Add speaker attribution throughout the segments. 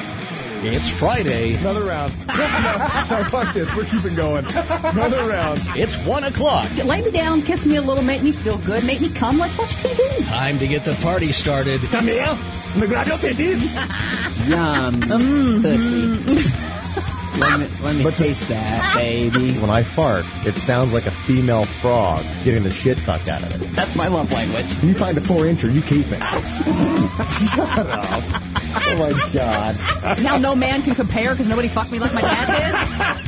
Speaker 1: talking. It's Friday.
Speaker 2: Another round. no, fuck this. We're keeping going. Another round.
Speaker 1: It's 1 o'clock.
Speaker 3: Lay me down, kiss me a little, make me feel good, make me come. Let's watch TV.
Speaker 1: Time to get the party started.
Speaker 2: Come here. Me grab your titties.
Speaker 4: Yum. Pussy. let me, let me taste that, baby.
Speaker 2: When I fart, it sounds like a female frog getting the shit fucked out of it.
Speaker 4: That's my love language.
Speaker 2: You find a four incher, you keep it. Shut up. Oh my god.
Speaker 3: Now no man can compare because nobody fucked me like my dad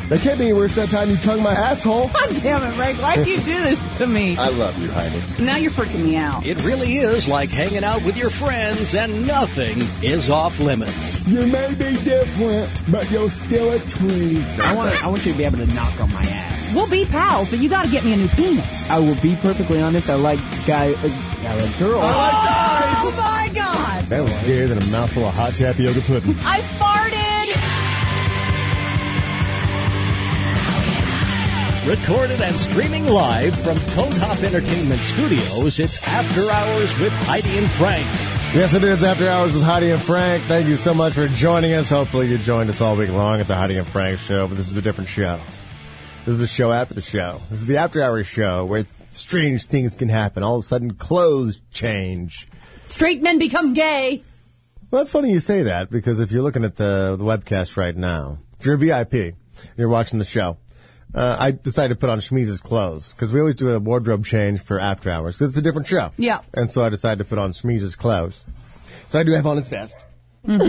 Speaker 3: did.
Speaker 2: That can't be any worse than that time you tongued my asshole.
Speaker 4: God damn it, Rick. Why do you do this to me?
Speaker 2: I love you, Heidi.
Speaker 3: Now you're freaking me out.
Speaker 1: It really is like hanging out with your friends and nothing is off limits.
Speaker 2: You may be different, but you're still a tween.
Speaker 4: I want, I want you to be able to knock on my ass.
Speaker 3: We'll be pals, but you got to get me a new penis.
Speaker 4: I will be perfectly honest. I like guy, uh, I like girls.
Speaker 3: Oh my god!
Speaker 2: That was scarier than a mouthful of hot tapioca pudding.
Speaker 3: I farted.
Speaker 1: Recorded and streaming live from Toad Hop Entertainment Studios, it's After Hours with Heidi and Frank.
Speaker 2: Yes, it is After Hours with Heidi and Frank. Thank you so much for joining us. Hopefully, you joined us all week long at the Heidi and Frank show, but this is a different show. This is the show after the show. This is the After Hours show where strange things can happen. All of a sudden, clothes change.
Speaker 3: Straight men become gay.
Speaker 2: Well, that's funny you say that because if you're looking at the, the webcast right now, if you're a VIP and you're watching the show, uh, I decided to put on Schmeeze's clothes because we always do a wardrobe change for after hours because it's a different show.
Speaker 3: Yeah.
Speaker 2: And so I decided to put on Schmeeze's clothes. So I do have on his vest.
Speaker 3: Well,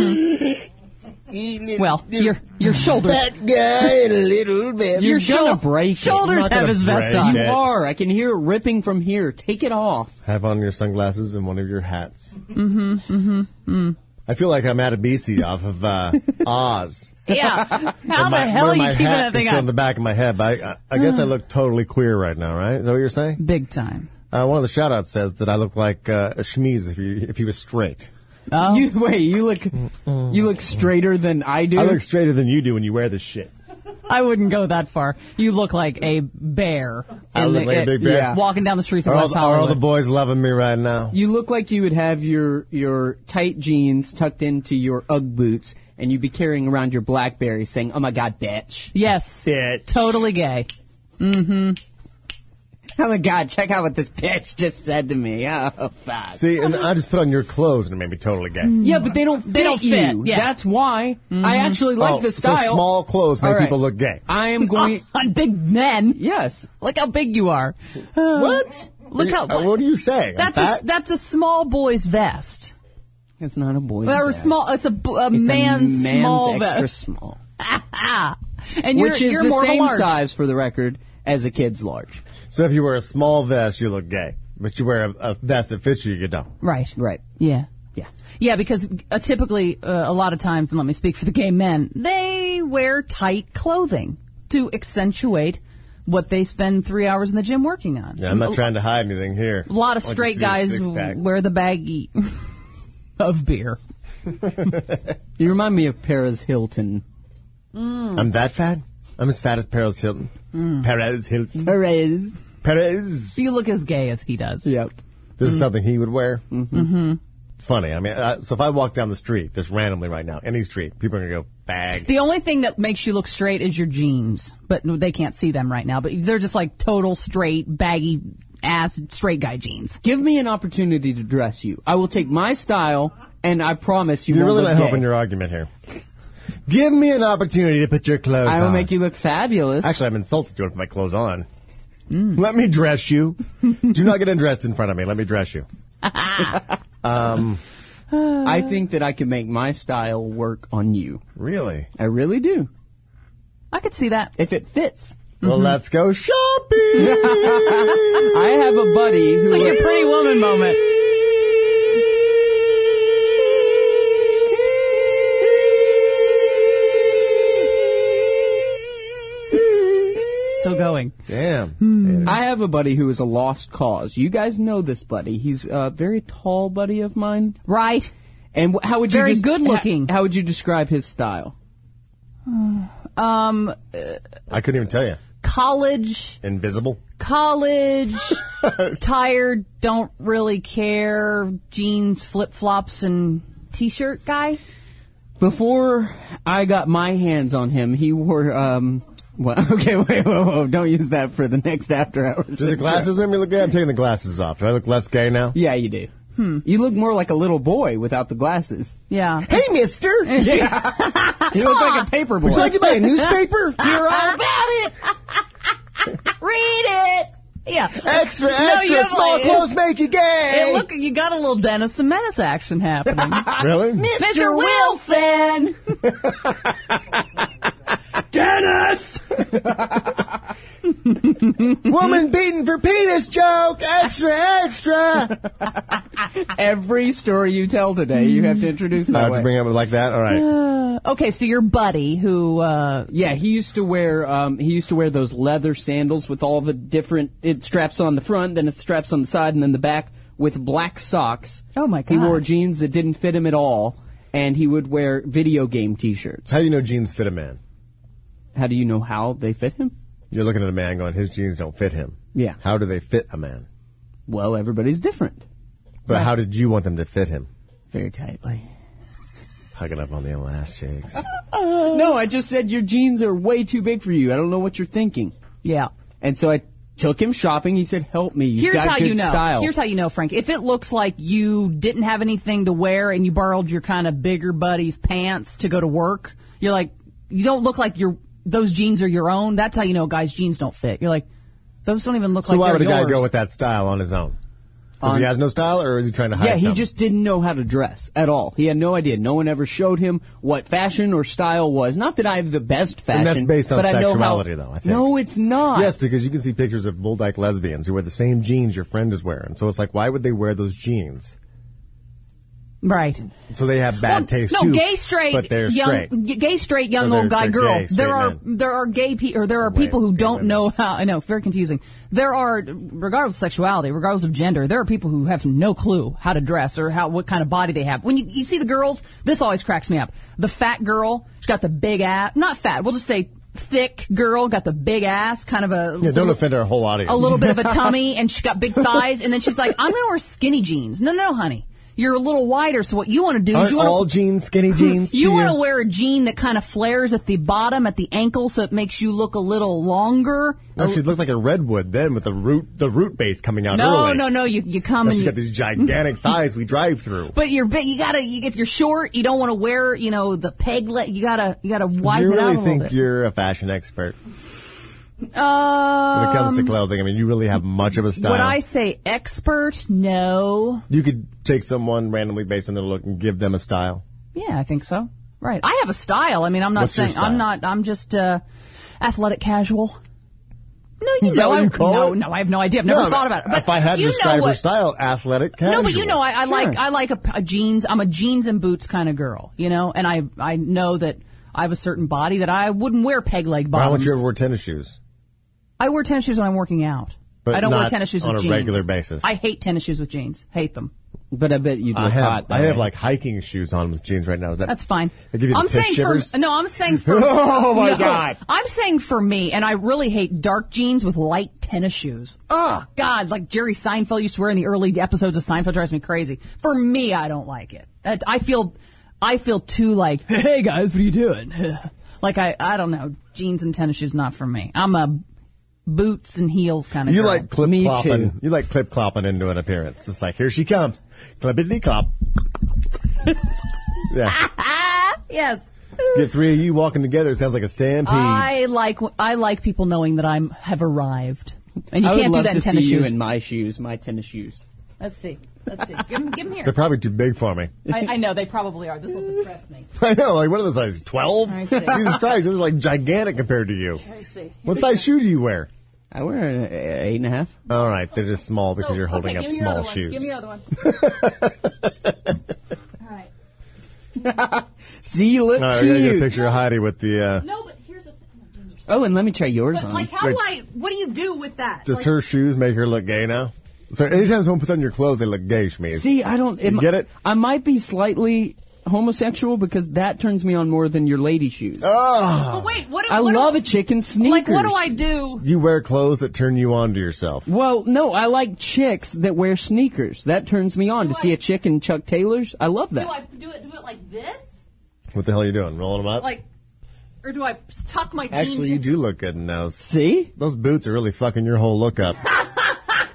Speaker 3: your your shoulders.
Speaker 2: guy in a little vest.
Speaker 4: You're
Speaker 3: Your
Speaker 4: gonna
Speaker 3: shoul-
Speaker 4: break it.
Speaker 3: Shoulders
Speaker 2: Not
Speaker 3: have
Speaker 2: gonna
Speaker 3: his vest
Speaker 2: break
Speaker 3: on.
Speaker 4: You
Speaker 2: it.
Speaker 4: are. I can hear it ripping from here. Take it off.
Speaker 2: Have on your sunglasses and one of your hats. Mm-hmm. Mm-hmm.
Speaker 3: mm.
Speaker 2: I feel like I'm at a BC off of uh, Oz.
Speaker 3: Yeah. How the
Speaker 2: My-
Speaker 3: hell
Speaker 2: where
Speaker 3: are you
Speaker 2: my
Speaker 3: keeping
Speaker 2: hat
Speaker 3: that thing Uh.
Speaker 2: is
Speaker 3: on?
Speaker 2: on the back of my head. But I, I, I guess I look totally queer right now, right? Is that what you're saying?
Speaker 3: Big time.
Speaker 2: Uh, one of the shout outs says that I look like uh, a Schmeez if, you, if he was straight.
Speaker 3: Oh.
Speaker 4: You wait. You look. You look straighter than I do.
Speaker 2: I look straighter than you do when you wear this shit.
Speaker 3: I wouldn't go that far. You look like a bear.
Speaker 2: I
Speaker 3: in
Speaker 2: look
Speaker 3: the-
Speaker 2: like a big bear?
Speaker 4: Yeah.
Speaker 3: Walking down the streets of
Speaker 2: Are
Speaker 3: West
Speaker 2: all, are all the
Speaker 3: Hollywood.
Speaker 2: boys loving me right now?
Speaker 4: you look like you would have your your tight jeans tucked into your UGG boots, and you'd be carrying around your BlackBerry, saying, "Oh my God, bitch!
Speaker 3: Yes.
Speaker 2: Bitch.
Speaker 3: Totally gay.
Speaker 4: Oh my God, check out what this bitch just said to me. Oh fuck."
Speaker 2: See, and I just put on your clothes and it made me totally gay.
Speaker 3: Mm.
Speaker 4: Yeah, but they don't fit
Speaker 3: They don't fit,
Speaker 4: you.
Speaker 3: yeah. Mm-hmm.
Speaker 4: That's why I actually like
Speaker 2: Oh,
Speaker 4: the style.
Speaker 2: So small clothes make
Speaker 4: All right.
Speaker 2: people look gay.
Speaker 4: I am going.
Speaker 3: On big men.
Speaker 4: yes.
Speaker 3: Look how big you are.
Speaker 2: What?
Speaker 3: Look how.
Speaker 2: Uh, What, do you say?
Speaker 3: That's a, that's a small boy's vest.
Speaker 4: It's not a boy's.
Speaker 3: Or
Speaker 4: ass.
Speaker 3: small. It's a, b- a
Speaker 4: It's a
Speaker 3: man's,
Speaker 4: man's
Speaker 3: small
Speaker 4: extra
Speaker 3: vest. Ah,
Speaker 4: small,
Speaker 3: And you're,
Speaker 4: which is
Speaker 3: you're
Speaker 4: the
Speaker 3: more of a
Speaker 4: same
Speaker 3: large.
Speaker 4: size for the record as a kid's large.
Speaker 2: So if you wear a small vest, you look gay. But you wear a, a vest that fits you, you don't.
Speaker 3: Right.
Speaker 4: Right.
Speaker 3: Yeah.
Speaker 4: Yeah.
Speaker 3: Yeah, because uh, typically, uh, a lot of times, and let me speak for the gay men, they wear tight clothing to accentuate what they spend three hours in the gym working on.
Speaker 2: Yeah, I'm not trying to hide anything here.
Speaker 3: A lot of straight guys wear the baggy of beer.
Speaker 4: You remind me of Paris Hilton.
Speaker 2: I'm that fat. I'm as fat as Perez Hilton. Perez Hilton.
Speaker 4: Perez.
Speaker 2: Perez.
Speaker 3: You look as gay as he does.
Speaker 4: Yep.
Speaker 2: This is something he would wear. Mm-hmm. Funny. I mean, uh, so if I walk down the street just randomly right now, any street, people are gonna go bag.
Speaker 3: The only thing that makes you look straight is your jeans, but they can't see them right now. But they're just like total straight, baggy ass straight guy jeans.
Speaker 4: Give me an opportunity to dress you. I will take my style, and I promise you.
Speaker 2: You're
Speaker 4: won't
Speaker 2: really
Speaker 4: look
Speaker 2: not
Speaker 4: gay.
Speaker 2: helping your argument here. Give me an opportunity to put your clothes
Speaker 4: I will
Speaker 2: on.
Speaker 4: make you look fabulous.
Speaker 2: Actually, I'm insulted you with my clothes on. Let me dress you. Do not get undressed in front of me. Let me dress you.
Speaker 4: I think that I can make my style work on you.
Speaker 2: Really?
Speaker 4: I really do.
Speaker 3: I could see that.
Speaker 4: If it fits.
Speaker 2: Well, let's go shopping.
Speaker 4: I have a buddy who
Speaker 3: It's like your pretty woman moment. Still going.
Speaker 2: Damn.
Speaker 4: I have a buddy who is a lost cause. You guys know this buddy. He's a very tall buddy of mine.
Speaker 3: Right.
Speaker 4: And wh- how would you
Speaker 3: Very
Speaker 4: des-
Speaker 3: good-looking.
Speaker 4: How, would you describe his style?
Speaker 3: Um,
Speaker 2: I couldn't even tell you.
Speaker 3: college,
Speaker 2: Invisible.
Speaker 3: college, tired, don't really care, jeans, flip flops, and t-shirt guy.
Speaker 4: Before I got my hands on him, he wore um. Well, okay, wait, whoa, whoa! Don't use that for the next after hours.
Speaker 2: Do the glasses make me look gay? I'm taking the glasses off. Do I look less gay now?
Speaker 4: Yeah, you do. You look more like a little boy without the glasses.
Speaker 3: Yeah.
Speaker 4: Hey, Mister. Yeah. you look like a paper boy.
Speaker 2: Would you like to buy a newspaper?
Speaker 4: You're all-
Speaker 3: it. Read it. Yeah.
Speaker 2: extra,
Speaker 3: you
Speaker 2: extra,
Speaker 3: have
Speaker 2: small
Speaker 3: like-
Speaker 2: clothes make you gay.
Speaker 3: Hey, look, you got a little Dennis and Menace action happening.
Speaker 2: really?
Speaker 3: Mr. Wilson.
Speaker 2: Dennis! Woman beaten for penis joke! Extra, extra!
Speaker 4: Every story you tell today, you have to introduce
Speaker 2: I
Speaker 4: that
Speaker 2: have Uh, to
Speaker 4: way.
Speaker 2: bring up like that? All right.
Speaker 3: Okay, so your buddy who uh,
Speaker 4: Yeah, he used to wear um, he used to wear those leather sandals with all the different it straps on the front, then it straps on the side, and then the back with black socks.
Speaker 3: Oh, my
Speaker 4: He
Speaker 3: God.
Speaker 4: wore jeans that didn't fit him at all, and he would wear video game T-shirts.
Speaker 2: How do you know jeans fit a man?
Speaker 4: How do you know how they fit him?
Speaker 2: You're looking at a man going, his jeans don't fit him.
Speaker 4: Yeah.
Speaker 2: How do they fit a man?
Speaker 4: Well, everybody's different.
Speaker 2: But how did you want them to fit him?
Speaker 4: Very tightly.
Speaker 2: Hugging up on the old ass cheeks.
Speaker 4: No, I just said your jeans are way too big for you. I don't know what you're thinking.
Speaker 3: yeah.
Speaker 4: And so I took him shopping. He said, "Help me. You've
Speaker 3: Here's
Speaker 4: got
Speaker 3: how
Speaker 4: good
Speaker 3: you know.
Speaker 4: style."
Speaker 3: Here's how you know, Frank. If it looks like you didn't have anything to wear and you borrowed your kind of bigger buddy's pants to go to work, you're like, you don't look like your those jeans are your own. That's how you know guys' jeans don't fit. You're like, those don't even look
Speaker 2: so
Speaker 3: like
Speaker 2: why
Speaker 3: they're
Speaker 2: would a guy
Speaker 3: yours.
Speaker 2: go with that style on his own? Because
Speaker 4: On-
Speaker 2: he has no style or is he trying to hide
Speaker 4: yeah, he
Speaker 2: something?
Speaker 4: just didn't know how to dress at all. He had no idea. No one ever showed him what fashion or style was. Not that I have the best fashion.
Speaker 2: that's based on
Speaker 4: but I know how-
Speaker 2: sexuality, though, I think.
Speaker 4: No, it's not.
Speaker 2: Yes, because you can see pictures of bull dyke lesbians who wear the same jeans your friend is wearing. So it's like, why would they wear those jeans?
Speaker 3: right.
Speaker 2: So they have bad
Speaker 3: Well,
Speaker 2: taste
Speaker 3: no,
Speaker 2: too.
Speaker 3: gay straight,
Speaker 2: but they're
Speaker 3: young,
Speaker 2: straight.
Speaker 3: g- gay straight, young
Speaker 2: Or they're-
Speaker 3: old guy,
Speaker 2: they're
Speaker 3: girl.
Speaker 2: gay, straight
Speaker 3: there are
Speaker 2: men.
Speaker 3: there are gay people, or there are
Speaker 2: Wait,
Speaker 3: people who
Speaker 2: gay
Speaker 3: don't
Speaker 2: women.
Speaker 3: know how. I know, very confusing. There are, regardless of sexuality, regardless of gender, there are people who have no clue how to dress or how what kind of body they have. When you, you see the girls, this always cracks me up. The fat girl, she's got the big ass, not fat. We'll just say thick girl, got the big ass, kind of a
Speaker 2: Yeah, don't offend our whole audience.
Speaker 3: a little bit of a tummy and she's got big thighs and then she's like, I'm gonna wear skinny jeans. No, no, honey. You're a little wider, so what you want to do is
Speaker 2: Aren't
Speaker 3: you want to
Speaker 2: all jeans skinny jeans?
Speaker 3: you
Speaker 2: to
Speaker 3: want to wear a jean that kind of flares at the bottom, at the ankle, so it makes you look a little longer.
Speaker 2: No, she looked like a redwood then with the root the root base coming out
Speaker 3: no,
Speaker 2: early.
Speaker 3: no, no. You you come
Speaker 2: Now
Speaker 3: and
Speaker 2: she's
Speaker 3: you,
Speaker 2: got these gigantic thighs we drive through.
Speaker 3: but you're big. You gotta. You, if you're short, you don't want to wear. You know the peglet. You gotta. You gotta
Speaker 2: Do
Speaker 3: widen
Speaker 2: you
Speaker 3: it out a
Speaker 2: really
Speaker 3: little
Speaker 2: think
Speaker 3: bit.
Speaker 2: you're a fashion expert
Speaker 3: uh,
Speaker 2: when it comes to clothing? I mean, you really have much of a style.
Speaker 3: would Um, I say expert? No.
Speaker 2: you could take someone randomly based on their look and give them a style.
Speaker 3: Yeah, I think so. Right. I have a style. I mean, I'm not
Speaker 2: What's your
Speaker 3: saying I'm
Speaker 2: style?
Speaker 3: not. I'm just uh, athletic casual. No, you
Speaker 2: Is that
Speaker 3: know.
Speaker 2: what
Speaker 3: I,
Speaker 2: you call
Speaker 3: no,
Speaker 2: it?
Speaker 3: no, I have no idea. I've never
Speaker 2: No,
Speaker 3: thought about it. But
Speaker 2: if I had to
Speaker 3: you
Speaker 2: describe
Speaker 3: know
Speaker 2: her
Speaker 3: what,
Speaker 2: style, athletic casual.
Speaker 3: No, but you know, I, I
Speaker 4: Sure.
Speaker 3: like I like a, a jeans. I'm a jeans and boots kind of girl, you know. And I I know that I have a certain body that I wouldn't wear peg leg
Speaker 2: Why don't
Speaker 3: bottoms.
Speaker 2: you ever wear tennis shoes?
Speaker 3: I wear tennis shoes when I'm working out.
Speaker 2: But
Speaker 3: I don't wear
Speaker 2: not
Speaker 3: tennis shoes
Speaker 2: on
Speaker 3: with
Speaker 2: a
Speaker 3: jeans.
Speaker 2: regular basis.
Speaker 3: I hate tennis shoes with jeans. Hate them.
Speaker 4: But I bet you'd look
Speaker 2: I
Speaker 4: hot.
Speaker 2: have
Speaker 4: that
Speaker 2: I have
Speaker 4: way.
Speaker 2: like hiking shoes on with jeans right now. Is that
Speaker 3: That's fine.
Speaker 2: They give you the
Speaker 3: I'm
Speaker 2: piss
Speaker 3: saying
Speaker 2: shivers?
Speaker 3: for no, I'm saying for
Speaker 2: Oh, my
Speaker 3: no.
Speaker 2: God.
Speaker 3: I'm saying for me, and I really hate dark jeans with light tennis shoes. Oh God, like Jerry Seinfeld used to wear in the early episodes of Seinfeld drives me crazy. For me, I don't like it. I- I feel, I feel too like, hey guys, what are you doing? like I, I don't know, jeans and tennis shoes not for me. I'm a boots and heels kind of.
Speaker 2: You
Speaker 3: girl.
Speaker 2: like clip
Speaker 4: Me
Speaker 2: clopping.
Speaker 4: too.
Speaker 2: You like clip clopping into an appearance. It's like here she comes, clippity clop. yeah,
Speaker 3: Ah, yes.
Speaker 2: get three of you walking together. It sounds like a stampede.
Speaker 3: I like I like people knowing that I'm have arrived, and you
Speaker 4: I would
Speaker 3: can't do
Speaker 4: love
Speaker 3: that
Speaker 4: to
Speaker 3: in tennis
Speaker 4: see
Speaker 3: shoes.
Speaker 4: you in my shoes, my tennis shoes.
Speaker 3: Let's see. Let's see. Give them, here.
Speaker 2: They're probably too big for me.
Speaker 3: I, I know they probably are. This will depress me.
Speaker 2: I know. Like what are those sizes? Twelve?
Speaker 3: I see.
Speaker 2: Jesus Christ! It was like gigantic compared to you.
Speaker 3: see.
Speaker 2: What size shoe do you wear?
Speaker 4: I wear an uh, eight and a half.
Speaker 2: All right, they're just small because you're holding up small shoes.
Speaker 3: other one. All right.
Speaker 4: See, look
Speaker 2: All right, I gotta get a
Speaker 4: cute.
Speaker 2: picture of Heidi with the uh,
Speaker 3: No, but here's the thing.
Speaker 4: oh, and let me try yours on.
Speaker 3: how
Speaker 2: Wait.
Speaker 3: I? What do you do with that?
Speaker 2: Does her shoes make her look gay now? So anytime someone puts on your clothes, they look gay, Shmi.
Speaker 4: See, I don't am-
Speaker 2: get it?
Speaker 4: I might be slightly homosexual because that turns me on more than your lady shoes.
Speaker 2: Oh.
Speaker 3: But wait, what? Do,
Speaker 4: I
Speaker 3: what do-
Speaker 4: love a chicken
Speaker 3: Like,
Speaker 4: sneakers.
Speaker 3: what do I do?
Speaker 2: you wear clothes that turn you on to yourself.
Speaker 4: Well, no, I like chicks that wear sneakers. That turns me on to
Speaker 3: Do
Speaker 4: see
Speaker 3: I-
Speaker 4: a chick in Chuck Taylor's. I love that.
Speaker 3: do it? Do it like this?
Speaker 2: What the hell are you doing? Rolling them up?
Speaker 3: Like, or do I tuck my jeans?
Speaker 2: Actually, you do look good in those.
Speaker 4: See?
Speaker 2: Those boots are really fucking your whole look up.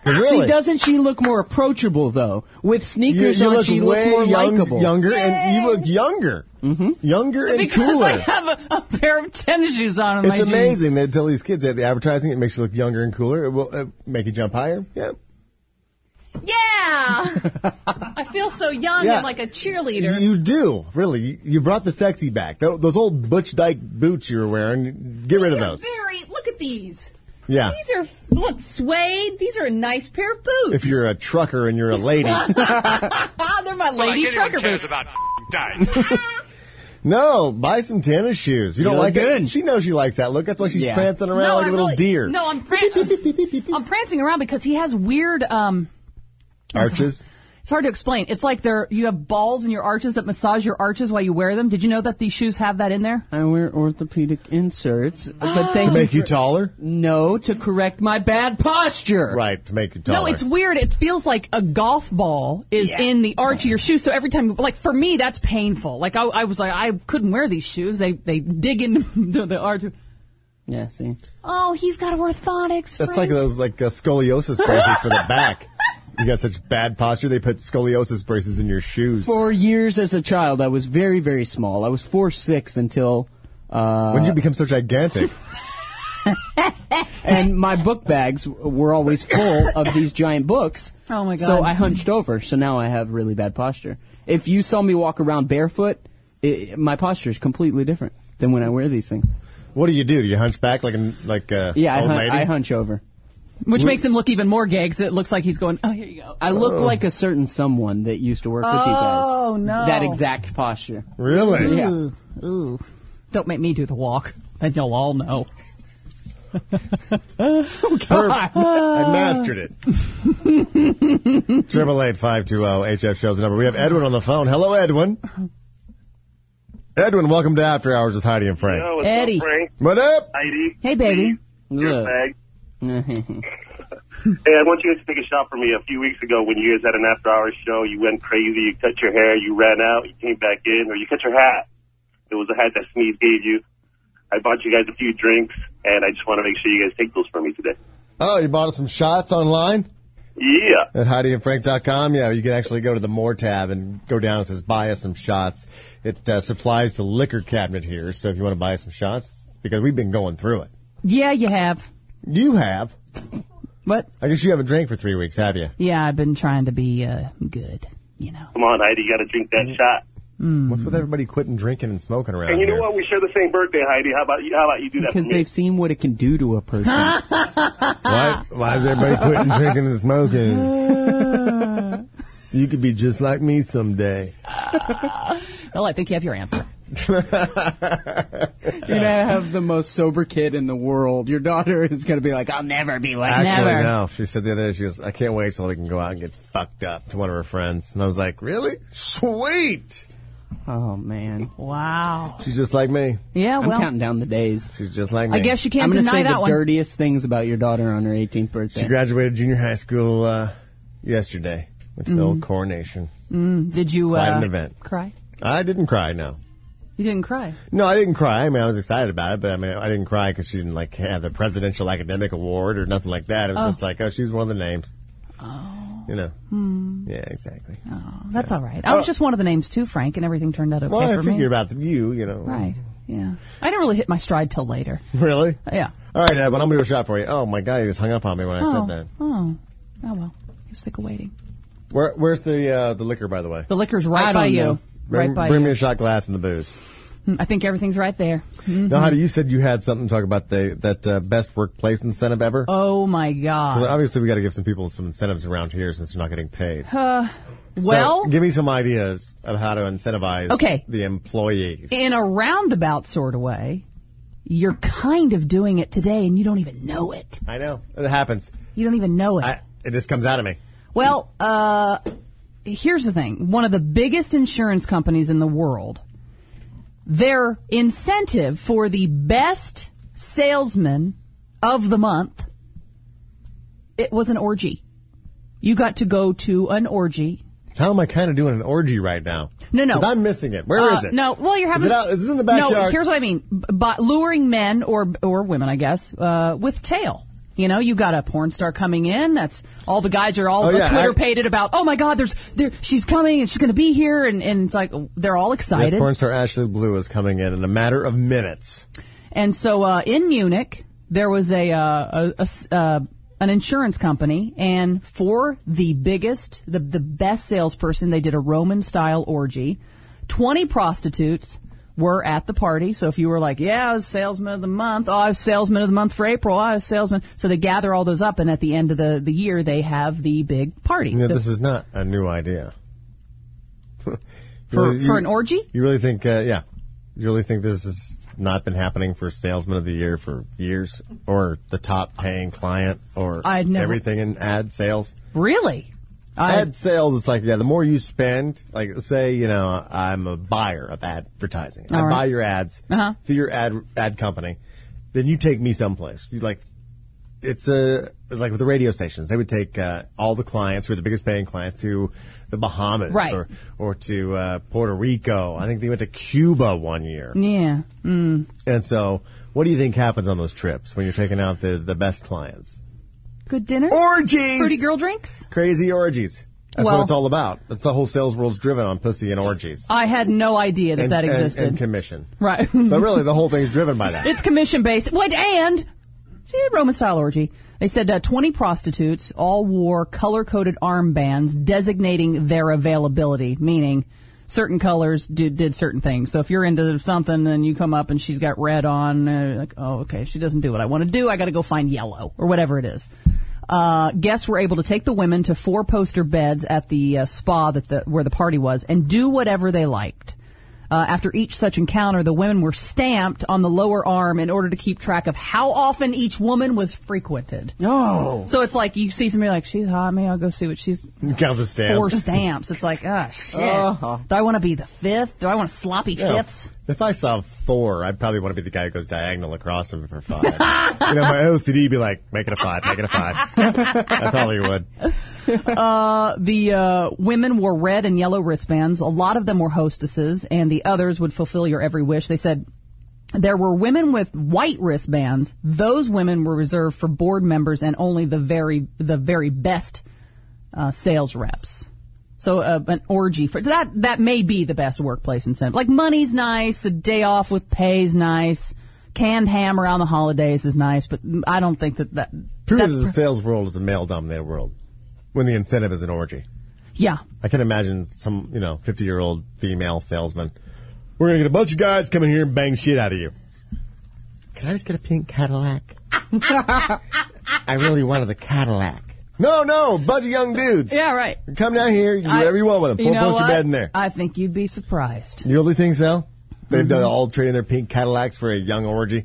Speaker 2: 'Cause really,
Speaker 4: See, doesn't she look more approachable though? With
Speaker 2: you,
Speaker 4: sneakers
Speaker 2: you
Speaker 4: on,
Speaker 2: look
Speaker 4: she
Speaker 2: way
Speaker 4: looks more
Speaker 2: young-
Speaker 4: likable.
Speaker 2: younger, and you look younger, mm-hmm. younger and
Speaker 3: because
Speaker 2: cooler.
Speaker 3: I have a, a pair of tennis shoes on in my
Speaker 2: it's
Speaker 3: jeans.
Speaker 2: amazing that until these kids at the advertising, it makes you look younger and cooler. It will uh, make you jump higher. Yeah.
Speaker 3: Yeah, I feel so young
Speaker 2: Yeah.
Speaker 3: and like a cheerleader.
Speaker 2: You do, really. You- You brought the sexy back. Tho- Those old Butch Dyke boots you were wearing, get rid of
Speaker 3: They're
Speaker 2: those.
Speaker 3: Very. Look at these.
Speaker 2: Yeah.
Speaker 3: These are look suede. These are a nice pair of boots.
Speaker 2: If you're a trucker and you're a lady.
Speaker 3: ah, they're my lady
Speaker 5: like anyone
Speaker 3: trucker
Speaker 5: cares
Speaker 3: boots.
Speaker 5: about dice.
Speaker 2: No, buy some tennis shoes. You don't
Speaker 4: You look
Speaker 2: like it?
Speaker 4: good.
Speaker 2: She knows she likes that look. That's why she's
Speaker 4: Yeah.
Speaker 2: prancing around like a
Speaker 3: I
Speaker 2: little
Speaker 3: really-
Speaker 2: deer.
Speaker 3: No, I'm, pran- I'm prancing around because he has weird. um
Speaker 2: Arches.
Speaker 3: It's hard to explain. It's like they're you have balls in your arches that massage your arches while you wear them. Did you know that these shoes have that in there?
Speaker 4: I wear orthopedic inserts, but thank
Speaker 2: To make
Speaker 4: you.
Speaker 2: you taller?
Speaker 4: No, to correct my bad posture.
Speaker 2: Right, to make you taller.
Speaker 3: No, it's weird. It feels like a golf ball is in the arch of your shoe. So every time, like for me, that's painful. Like I, I was like, I couldn't wear these shoes. They they dig into the, the arch.
Speaker 4: Yeah. See.
Speaker 3: Oh, he's got orthotics.
Speaker 2: That's like
Speaker 3: Frank.
Speaker 2: those like uh, scoliosis braces for the back. You got such bad posture, they put scoliosis braces in your shoes.
Speaker 4: For years as a child, I was very, very small. I was four six until, uh,
Speaker 2: when did you become so gigantic?
Speaker 4: and my book bags were always full of these giant books.
Speaker 3: Oh, my God.
Speaker 4: So I hunched over. So now I have really bad posture. If you saw me walk around barefoot, it, my posture is completely different than when I wear these things.
Speaker 2: What do you do? Do you hunch back like an like a
Speaker 4: Yeah, I,
Speaker 2: old
Speaker 4: hun-
Speaker 2: lady?
Speaker 4: I hunch over.
Speaker 3: which makes him look even more gay because it looks like he's going. Oh, here you go.
Speaker 4: I look like a certain someone that used to work with you guys.
Speaker 3: Oh, no.
Speaker 4: That exact posture.
Speaker 2: Really?
Speaker 4: Yeah.
Speaker 3: Ooh, don't make me do the walk. Then you'll all know.
Speaker 2: Perfect. I mastered it. Triple eight five two zero HF shows the number. We have Edwin on the phone. Hello, Edwin. Edwin, welcome to After Hours with Heidi and Frank.
Speaker 6: Yo, what's up,
Speaker 3: Eddie.
Speaker 6: Frank?
Speaker 2: What up?
Speaker 6: Heidi.
Speaker 3: Hey, baby.
Speaker 6: Your
Speaker 4: Look.
Speaker 6: bag. Hey, I want you guys to take a shot for me. A few weeks ago, when you guys had an after-hours show, you went crazy. You cut your hair. You ran out. You came back in, or you cut your hat. It was a hat that Sneeze gave you. I bought you guys a few drinks, and I just want to make sure you guys take those for me today.
Speaker 2: Oh, you bought us some shots online
Speaker 6: Yeah.
Speaker 2: at HeidiandFrank.com. Yeah, you can actually go to the More tab and go down. It says buy us some shots. It uh, supplies the liquor cabinet here, so if you want to buy us some shots, because we've been going through it.
Speaker 3: Yeah, you have.
Speaker 2: You have.
Speaker 3: What?
Speaker 2: I guess you haven't drank for three weeks, have you?
Speaker 3: Yeah, I've been trying to be uh, good. You know.
Speaker 6: Come on, Heidi. You got to drink that shot.
Speaker 2: What's with everybody quitting drinking and smoking around
Speaker 6: And you
Speaker 2: here?
Speaker 6: know what? We share the same birthday, Heidi. How about you? How about you do that for
Speaker 4: Because
Speaker 6: me?
Speaker 4: they've seen what it can do to a person.
Speaker 2: Why,
Speaker 3: Uh-huh.
Speaker 2: why is everybody quitting drinking and smoking? you could be just like me someday.
Speaker 3: Well, Oh, I think you have your answer.
Speaker 4: You're gonna have the most sober kid in the world. Your daughter is gonna be like, "I'll never be like."
Speaker 2: Actually,
Speaker 3: Never.
Speaker 2: no. She said the other day, she goes, I can't wait till we can go out and get fucked up to one of her friends. And I was like, really? Sweet!
Speaker 4: Oh man,
Speaker 3: Wow.
Speaker 2: She's just like me.
Speaker 3: Yeah.
Speaker 4: I'm
Speaker 3: Oh, Well,
Speaker 4: counting down the days.
Speaker 2: She's just like me.
Speaker 3: I guess you
Speaker 4: I'm
Speaker 3: can't
Speaker 4: gonna
Speaker 3: deny
Speaker 4: say
Speaker 3: that
Speaker 4: the
Speaker 3: one.
Speaker 4: dirtiest things about your daughter on her 18th birthday.
Speaker 2: She graduated junior high school uh, yesterday. Went to
Speaker 3: Mm-hmm.
Speaker 2: the old coronation.
Speaker 3: Did you
Speaker 2: Quite
Speaker 3: uh,
Speaker 2: an event.
Speaker 3: cry?
Speaker 2: I didn't cry, no.
Speaker 3: You didn't cry.
Speaker 2: No, I didn't cry. I mean, I was excited about it, but I mean, I didn't cry because she didn't like have the presidential academic award or nothing like that. It was just like, oh, she was one of the names. Oh. You know.
Speaker 3: Hmm.
Speaker 2: Yeah, exactly.
Speaker 3: That's all right. I was just one of the names too, Frank, and everything turned out okay
Speaker 2: Oh. Well, I
Speaker 3: for
Speaker 2: figured
Speaker 3: me.
Speaker 2: about the view, you know.
Speaker 3: Right. Yeah. I didn't really hit my stride till later.
Speaker 2: Really?
Speaker 3: Yeah.
Speaker 2: All right, Ed, but I'm gonna do a shot for you. Oh my God, he just hung up on me when I
Speaker 3: oh.
Speaker 2: said that.
Speaker 3: Oh. Oh well. You're sick of waiting.
Speaker 2: Where, where's the uh, the liquor, by the way?
Speaker 3: The liquor's right
Speaker 4: I don't
Speaker 3: by you.
Speaker 4: know.
Speaker 2: Bring,
Speaker 3: right by
Speaker 2: bring
Speaker 3: you.
Speaker 2: me a shot glass and the booze.
Speaker 3: Mm, I think everything's right there.
Speaker 2: No, how do you said you had something to talk about the that uh, best workplace incentive ever?
Speaker 3: Oh my god.
Speaker 2: Well, obviously, we got to give some people some incentives around here since they're not getting paid. So,
Speaker 3: Well,
Speaker 2: give me some ideas of how to incentivize
Speaker 3: Okay.
Speaker 2: the employees.
Speaker 3: in a roundabout sort of way, you're kind of doing it today and you don't even know it.
Speaker 2: I know it happens.
Speaker 3: You don't even know it.
Speaker 2: I, it just comes out of me.
Speaker 3: Well, uh, here's the thing. One of the biggest insurance companies in the world, their incentive for the best salesman of the month, it was an orgy. You got to go to an orgy
Speaker 2: Tell him I kind of doing an orgy right now.
Speaker 3: No, no.
Speaker 2: 'Cause I'm missing it. Where is
Speaker 3: Uh,
Speaker 2: it?
Speaker 3: No, well, you're having.
Speaker 2: Is it, out, is it in the backyard?
Speaker 3: No, here's what I mean: B- by luring men or or women, I guess, uh, with tail. You know, you got a porn star coming in. That's all the guys are all
Speaker 2: Oh, yeah,
Speaker 3: Twitter
Speaker 2: I-
Speaker 3: pated about. Oh my God, there's there. She's coming and she's going to be here, and, and it's like they're all
Speaker 2: Yes,
Speaker 3: excited.
Speaker 2: porn star Ashley Blue is coming in in a matter of minutes.
Speaker 3: And so uh, in Munich, there was a, uh, a- a s- uh, an insurance company, and for the biggest, the the best salesperson, they did a Roman style orgy. Twenty prostitutes were at the party. So if you were like, "Yeah, I was salesman of the month. Oh, I was salesman of the month for April. "Oh, I was salesman," so they gather all those up, and at the end of the the year, they have the big party.
Speaker 2: You know,
Speaker 3: The-
Speaker 2: this is not a new idea. You
Speaker 3: For- for an orgy?
Speaker 2: uh, You really think? Uh, yeah, you really think this has not been happening for salesman of the year for years, or the top paying client, or
Speaker 3: I'd never-
Speaker 2: everything in ad sales?
Speaker 3: really? I-
Speaker 2: ad sales, it's like yeah, the more you spend, like say you know I'm a buyer of advertising, I
Speaker 3: All right.
Speaker 2: buy your ads
Speaker 3: Uh-huh.
Speaker 2: through your ad ad company, then you take me someplace. You like it's a it's like with the radio stations, they would take uh, all the clients who are the biggest paying clients to the Bahamas
Speaker 3: Right.
Speaker 2: or or to uh, Puerto Rico. I think they went to Cuba one year,
Speaker 3: yeah. Mm.
Speaker 2: and so what do you think happens on those trips when you're taking out the the best clients?
Speaker 3: Good dinner.
Speaker 2: Orgies,
Speaker 3: Pretty girl drinks.
Speaker 2: crazy orgies. That's
Speaker 3: Well-
Speaker 2: what it's all about. That's the whole sales world's driven on pussy and orgies.
Speaker 3: I had no idea that
Speaker 2: and,
Speaker 3: that
Speaker 2: and-
Speaker 3: existed.
Speaker 2: And, commission.
Speaker 3: right.
Speaker 2: But really, the whole thing's driven by that.
Speaker 3: It's commission based. What and she had Roman style orgy. They said uh, twenty prostitutes all wore color coded armbands designating their availability, meaning certain colors did, did certain things. So if you're into something and you come up and she's got red on, uh, like oh okay, she doesn't do what I want to do. I got to go find yellow or whatever it is. Uh, guests were able to take the women to four poster beds at the uh, spa that the, where the party was and do whatever they liked. Uh, after each such encounter, the women were stamped on the lower arm in order to keep track of how often each woman was frequented.
Speaker 4: No.
Speaker 3: So it's like you see somebody like she's hot, maybe I'll go see what she's.
Speaker 2: You count the stamps.
Speaker 3: Four stamps. It's like, oh shit.
Speaker 4: Uh-huh.
Speaker 3: Do I want to be the fifth? Do I want sloppy
Speaker 2: You know,
Speaker 3: fifths?
Speaker 2: If I saw four, I'd probably want to be the guy who goes diagonal across them for five. you know, my OCD be like, make it a five, make it a five. I probably would.
Speaker 3: The uh, women wore red and yellow wristbands. A lot of them were hostesses, and the others would fulfill your every wish. They said there were women with white wristbands. Those women were reserved for board members and only the very the very best uh, sales reps. So uh, an orgy for that that may be the best workplace incentive. Like money's nice, a day off with pay's nice, canned ham around the holidays is nice, but I don't think that that
Speaker 2: Truly,
Speaker 3: that's
Speaker 2: the sales world is a male dominated world when the incentive is an orgy.
Speaker 3: yeah.
Speaker 2: I can imagine some, you know, 50 year old female salesman. We're going to get a bunch of guys coming here and bang shit out of you. Can I just get a pink Cadillac? I really wanted a Cadillac. No, no, bunch of young dudes.
Speaker 3: Yeah, right.
Speaker 2: Come down here, you can do
Speaker 3: I-
Speaker 2: whatever you want with them.
Speaker 3: You
Speaker 2: Four
Speaker 3: know
Speaker 2: poster
Speaker 3: what?
Speaker 2: bed in there.
Speaker 3: I think you'd be surprised.
Speaker 2: you really think so? They've
Speaker 3: Mm-hmm.
Speaker 2: done all trading their pink Cadillacs for a young orgy.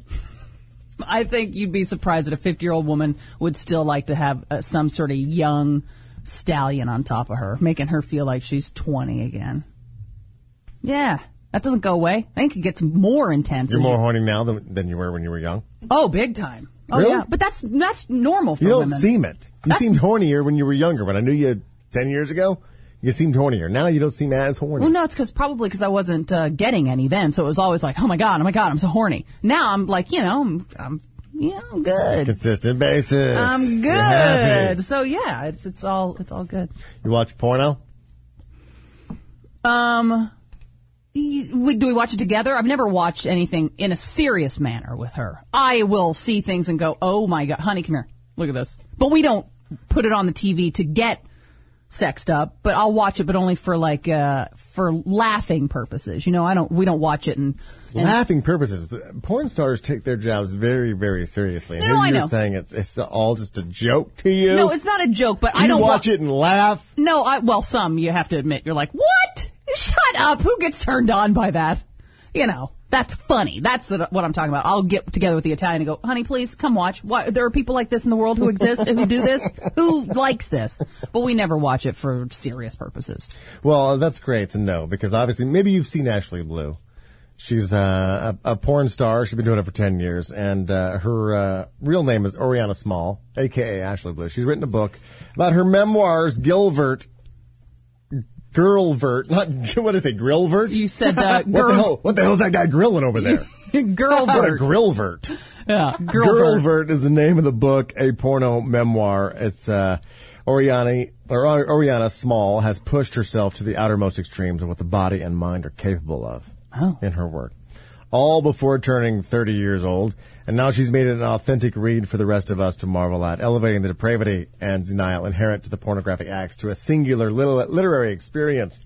Speaker 3: I think you'd be surprised that a 50 year old woman would still like to have uh, some sort of young stallion on top of her, making her feel like she's 20 again. Yeah, that doesn't go away. I think it gets more intense.
Speaker 2: You're
Speaker 3: as
Speaker 2: more
Speaker 3: you-
Speaker 2: horny now than, than you were when you were young.
Speaker 3: oh, big time. Oh,
Speaker 2: Really?
Speaker 3: yeah. But that's that's normal for
Speaker 2: You don't
Speaker 3: women.
Speaker 2: seem it. You
Speaker 3: That's-
Speaker 2: seemed hornier when you were younger. When I knew you 10 years ago, you seemed hornier. Now you don't seem as horny.
Speaker 3: well, no, it's because probably because I wasn't uh, getting any then, so it was always like, oh my god, oh my god, I'm so horny. Now I'm like, you know, I'm, I'm yeah, I'm good.
Speaker 2: consistent basis.
Speaker 3: I'm
Speaker 2: You're happy.
Speaker 3: good. So yeah, it's it's all it's all good.
Speaker 2: You watch porno?
Speaker 3: Um, y- we, do we watch it together? I've never watched anything in a serious manner with her. I will see things and go, "Oh my god, honey, come here, look at this." But we don't put it on the TV to get sexed up. But I'll watch it, but only for like uh for laughing purposes. You know, I don't. We don't watch it and. and
Speaker 2: Laughing purposes. Porn stars take their jobs very, very seriously. And
Speaker 3: No,
Speaker 2: here
Speaker 3: I
Speaker 2: you're
Speaker 3: know.
Speaker 2: saying it's it's all just a joke to you.
Speaker 3: no, it's not a joke, but
Speaker 2: you
Speaker 3: I don't
Speaker 2: watch
Speaker 3: wa-
Speaker 2: it and laugh.
Speaker 3: No, I well, some you have to admit. You're like, what? Shut up. Who gets turned on by that? You know, that's funny. That's what what I'm talking about. I'll get together with the Italian and go, honey, please come watch. Why, there are people like this in the world who exist who do this, who likes this, but we never watch it for serious purposes.
Speaker 2: Well, that's great to know because obviously maybe you've seen Ashley Blue. She's uh, a, a porn star. She's been doing it for 10 years. And uh, her uh, real name is Oriana Small, a.k.a. Ashley Blue. She's written a book about her memoirs, Gilbert, Girlvert, not what is it, Grillvert?
Speaker 3: You said uh,
Speaker 2: what the
Speaker 3: girl,
Speaker 2: hell? What the hell's that guy grilling over there? What a
Speaker 3: girlbert.
Speaker 2: grillvert.
Speaker 3: yeah, girlbert.
Speaker 2: Girlvert is the name of the book, a porno memoir. It's uh, Oriani or Oriana Small has pushed herself to the outermost extremes of what the body and mind are capable of in her work, all before turning 30 years old. And now she's made it an authentic read for the rest of us to marvel at, elevating the depravity and denial inherent to the pornographic acts to a singular little literary experience.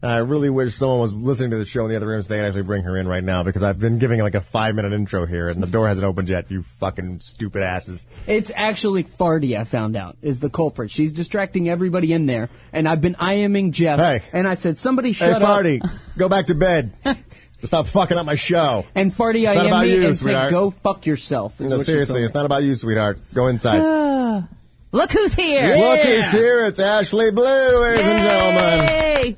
Speaker 2: And I really wish someone was listening to the show in the other room so they could actually bring her in right now because I've been giving like a five minute intro here and the door hasn't opened yet, you fucking stupid asses.
Speaker 4: It's actually Farty, I found out, is the culprit. She's distracting everybody in there, and I've been IMing Jeff.
Speaker 2: Hey.
Speaker 4: And I said, somebody
Speaker 2: Hey,
Speaker 4: shut up.
Speaker 2: Farty, go back to bed. Stop fucking up my show.
Speaker 4: And Farty
Speaker 2: not
Speaker 4: IM'd
Speaker 2: about
Speaker 4: me
Speaker 2: you,
Speaker 4: and
Speaker 2: sweetheart.
Speaker 4: said, go fuck yourself. is
Speaker 2: No,
Speaker 4: what she told
Speaker 2: seriously,
Speaker 4: me.
Speaker 2: it's not about you, sweetheart. Go inside.
Speaker 3: Look who's here!
Speaker 2: Look who's here. It's Ashley Blue, ladies and gentlemen.
Speaker 3: Yay!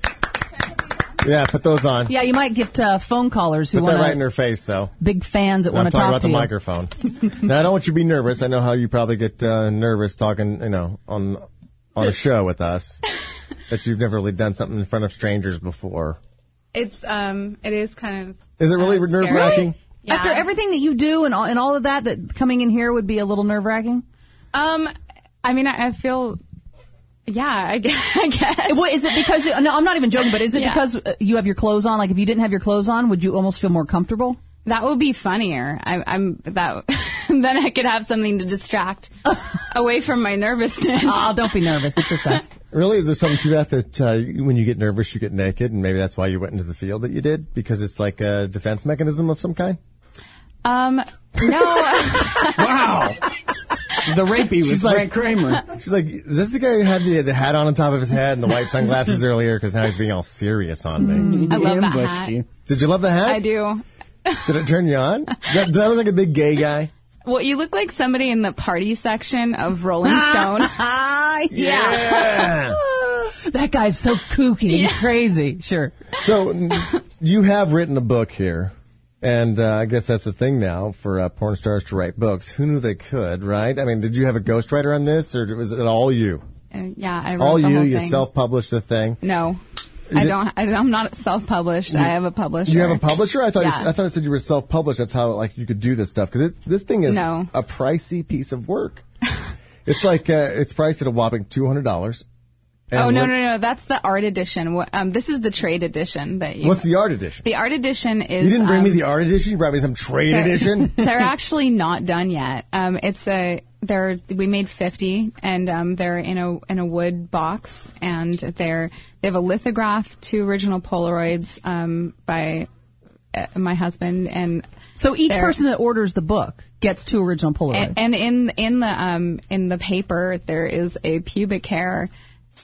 Speaker 2: Yeah, put those on.
Speaker 3: Yeah, you might get uh, phone callers who
Speaker 2: Put that
Speaker 3: want
Speaker 2: right in her face, though.
Speaker 3: big fans that want
Speaker 2: I'm
Speaker 3: to
Speaker 2: talking
Speaker 3: talk
Speaker 2: about
Speaker 3: to
Speaker 2: the
Speaker 3: you.
Speaker 2: microphone. now, I don't want you to be nervous. I know how you probably get uh, nervous talking, you know, on on a show with us. that you've never really done something in front of strangers before.
Speaker 5: It's um, it is kind of.
Speaker 2: Is it really
Speaker 5: uh,
Speaker 2: nerve
Speaker 5: scary.
Speaker 2: wracking?
Speaker 5: Yeah.
Speaker 3: After everything that you do and all, and all of that, that coming in here would be a little nerve wracking.
Speaker 5: Um, I mean, I, I feel. Yeah, I guess. I guess.
Speaker 3: Well, is it because? You, no, I'm not even joking. But is it
Speaker 5: Yeah.
Speaker 3: because uh, you have your clothes on? Like, if you didn't have your clothes on, would you almost feel more comfortable?
Speaker 5: That would be funnier. I, I'm that. then I could have something to distract away from my nervousness.
Speaker 3: Oh, don't be nervous. It's just us.
Speaker 2: Really, is there something to that that uh, you- when you get nervous, you get naked, and maybe that's why you went into the field that you did because it's like a defense mechanism of some kind?
Speaker 5: Um, no,
Speaker 4: Wow. the rapey was
Speaker 2: She's like-
Speaker 4: Frank Kramer.
Speaker 2: She's like, is this the guy who had the, the hat on on top of his head and the white sunglasses earlier? Because now he's being all serious on
Speaker 4: Mm-hmm.
Speaker 2: me.
Speaker 5: I love that
Speaker 4: ambushed
Speaker 5: hat.
Speaker 4: you.
Speaker 2: Did you love the hat?
Speaker 5: I do.
Speaker 2: Did it turn you on? Did, did I look like a big gay guy?
Speaker 5: Well, you look like somebody in the party section of Rolling Stone.
Speaker 3: Ah,
Speaker 2: Yeah.
Speaker 3: That guy's so kooky and crazy. Sure.
Speaker 2: So n- you have written a book here, and uh, I guess that's the thing now for uh, porn stars to write books. Who knew they could, right? I mean, did you have a ghostwriter on this, or was it all you?
Speaker 5: Uh, yeah, I wrote
Speaker 2: All
Speaker 5: the
Speaker 2: you?
Speaker 5: whole
Speaker 2: You
Speaker 5: thing.
Speaker 2: self-published the thing.
Speaker 5: No, I don't. I, I'm not self-published. I have a publisher.
Speaker 2: You have a publisher? I thought you, s-
Speaker 5: Yeah.
Speaker 2: I thought it said you were self-published. That's how like you could do this stuff because this thing is
Speaker 5: No.
Speaker 2: a pricey piece of work. it's like uh, it's priced at a whopping two hundred dollars.
Speaker 5: Oh no, no, no! That's the art edition. What- Um, this is the trade edition that you.
Speaker 2: What's the art edition?
Speaker 5: the art edition is.
Speaker 2: you didn't bring
Speaker 5: um,
Speaker 2: me the art edition. You brought me some trade
Speaker 5: they're-
Speaker 2: edition.
Speaker 5: they're actually not done yet. Um, it's a they're we made fifty, and um, they're in a in a wood box, and they're they have a lithograph, two original Polaroids um, by uh, my husband, and
Speaker 3: So each
Speaker 5: There.
Speaker 3: person that orders the book gets two original Polaroids.
Speaker 5: and, and in in the um, in the paper there is a pubic hair.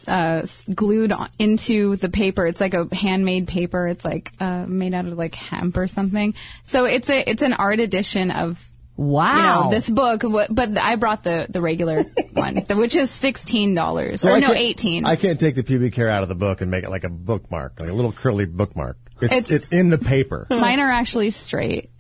Speaker 5: Uh, s- glued on, into the paper. It's like a handmade paper. It's like uh, made out of like hemp or something. So it's a it's an art edition of
Speaker 3: wow.
Speaker 5: you know, this book, wha- but I brought the, the regular one, the- which is sixteen dollars
Speaker 2: So
Speaker 5: or
Speaker 2: I
Speaker 5: no
Speaker 2: can't-
Speaker 5: eighteen.
Speaker 2: I can't take the pubic hair out of the book and make it like a bookmark, like a little curly bookmark. It's it's,
Speaker 5: It's-
Speaker 2: in the paper.
Speaker 5: Mine are actually straight.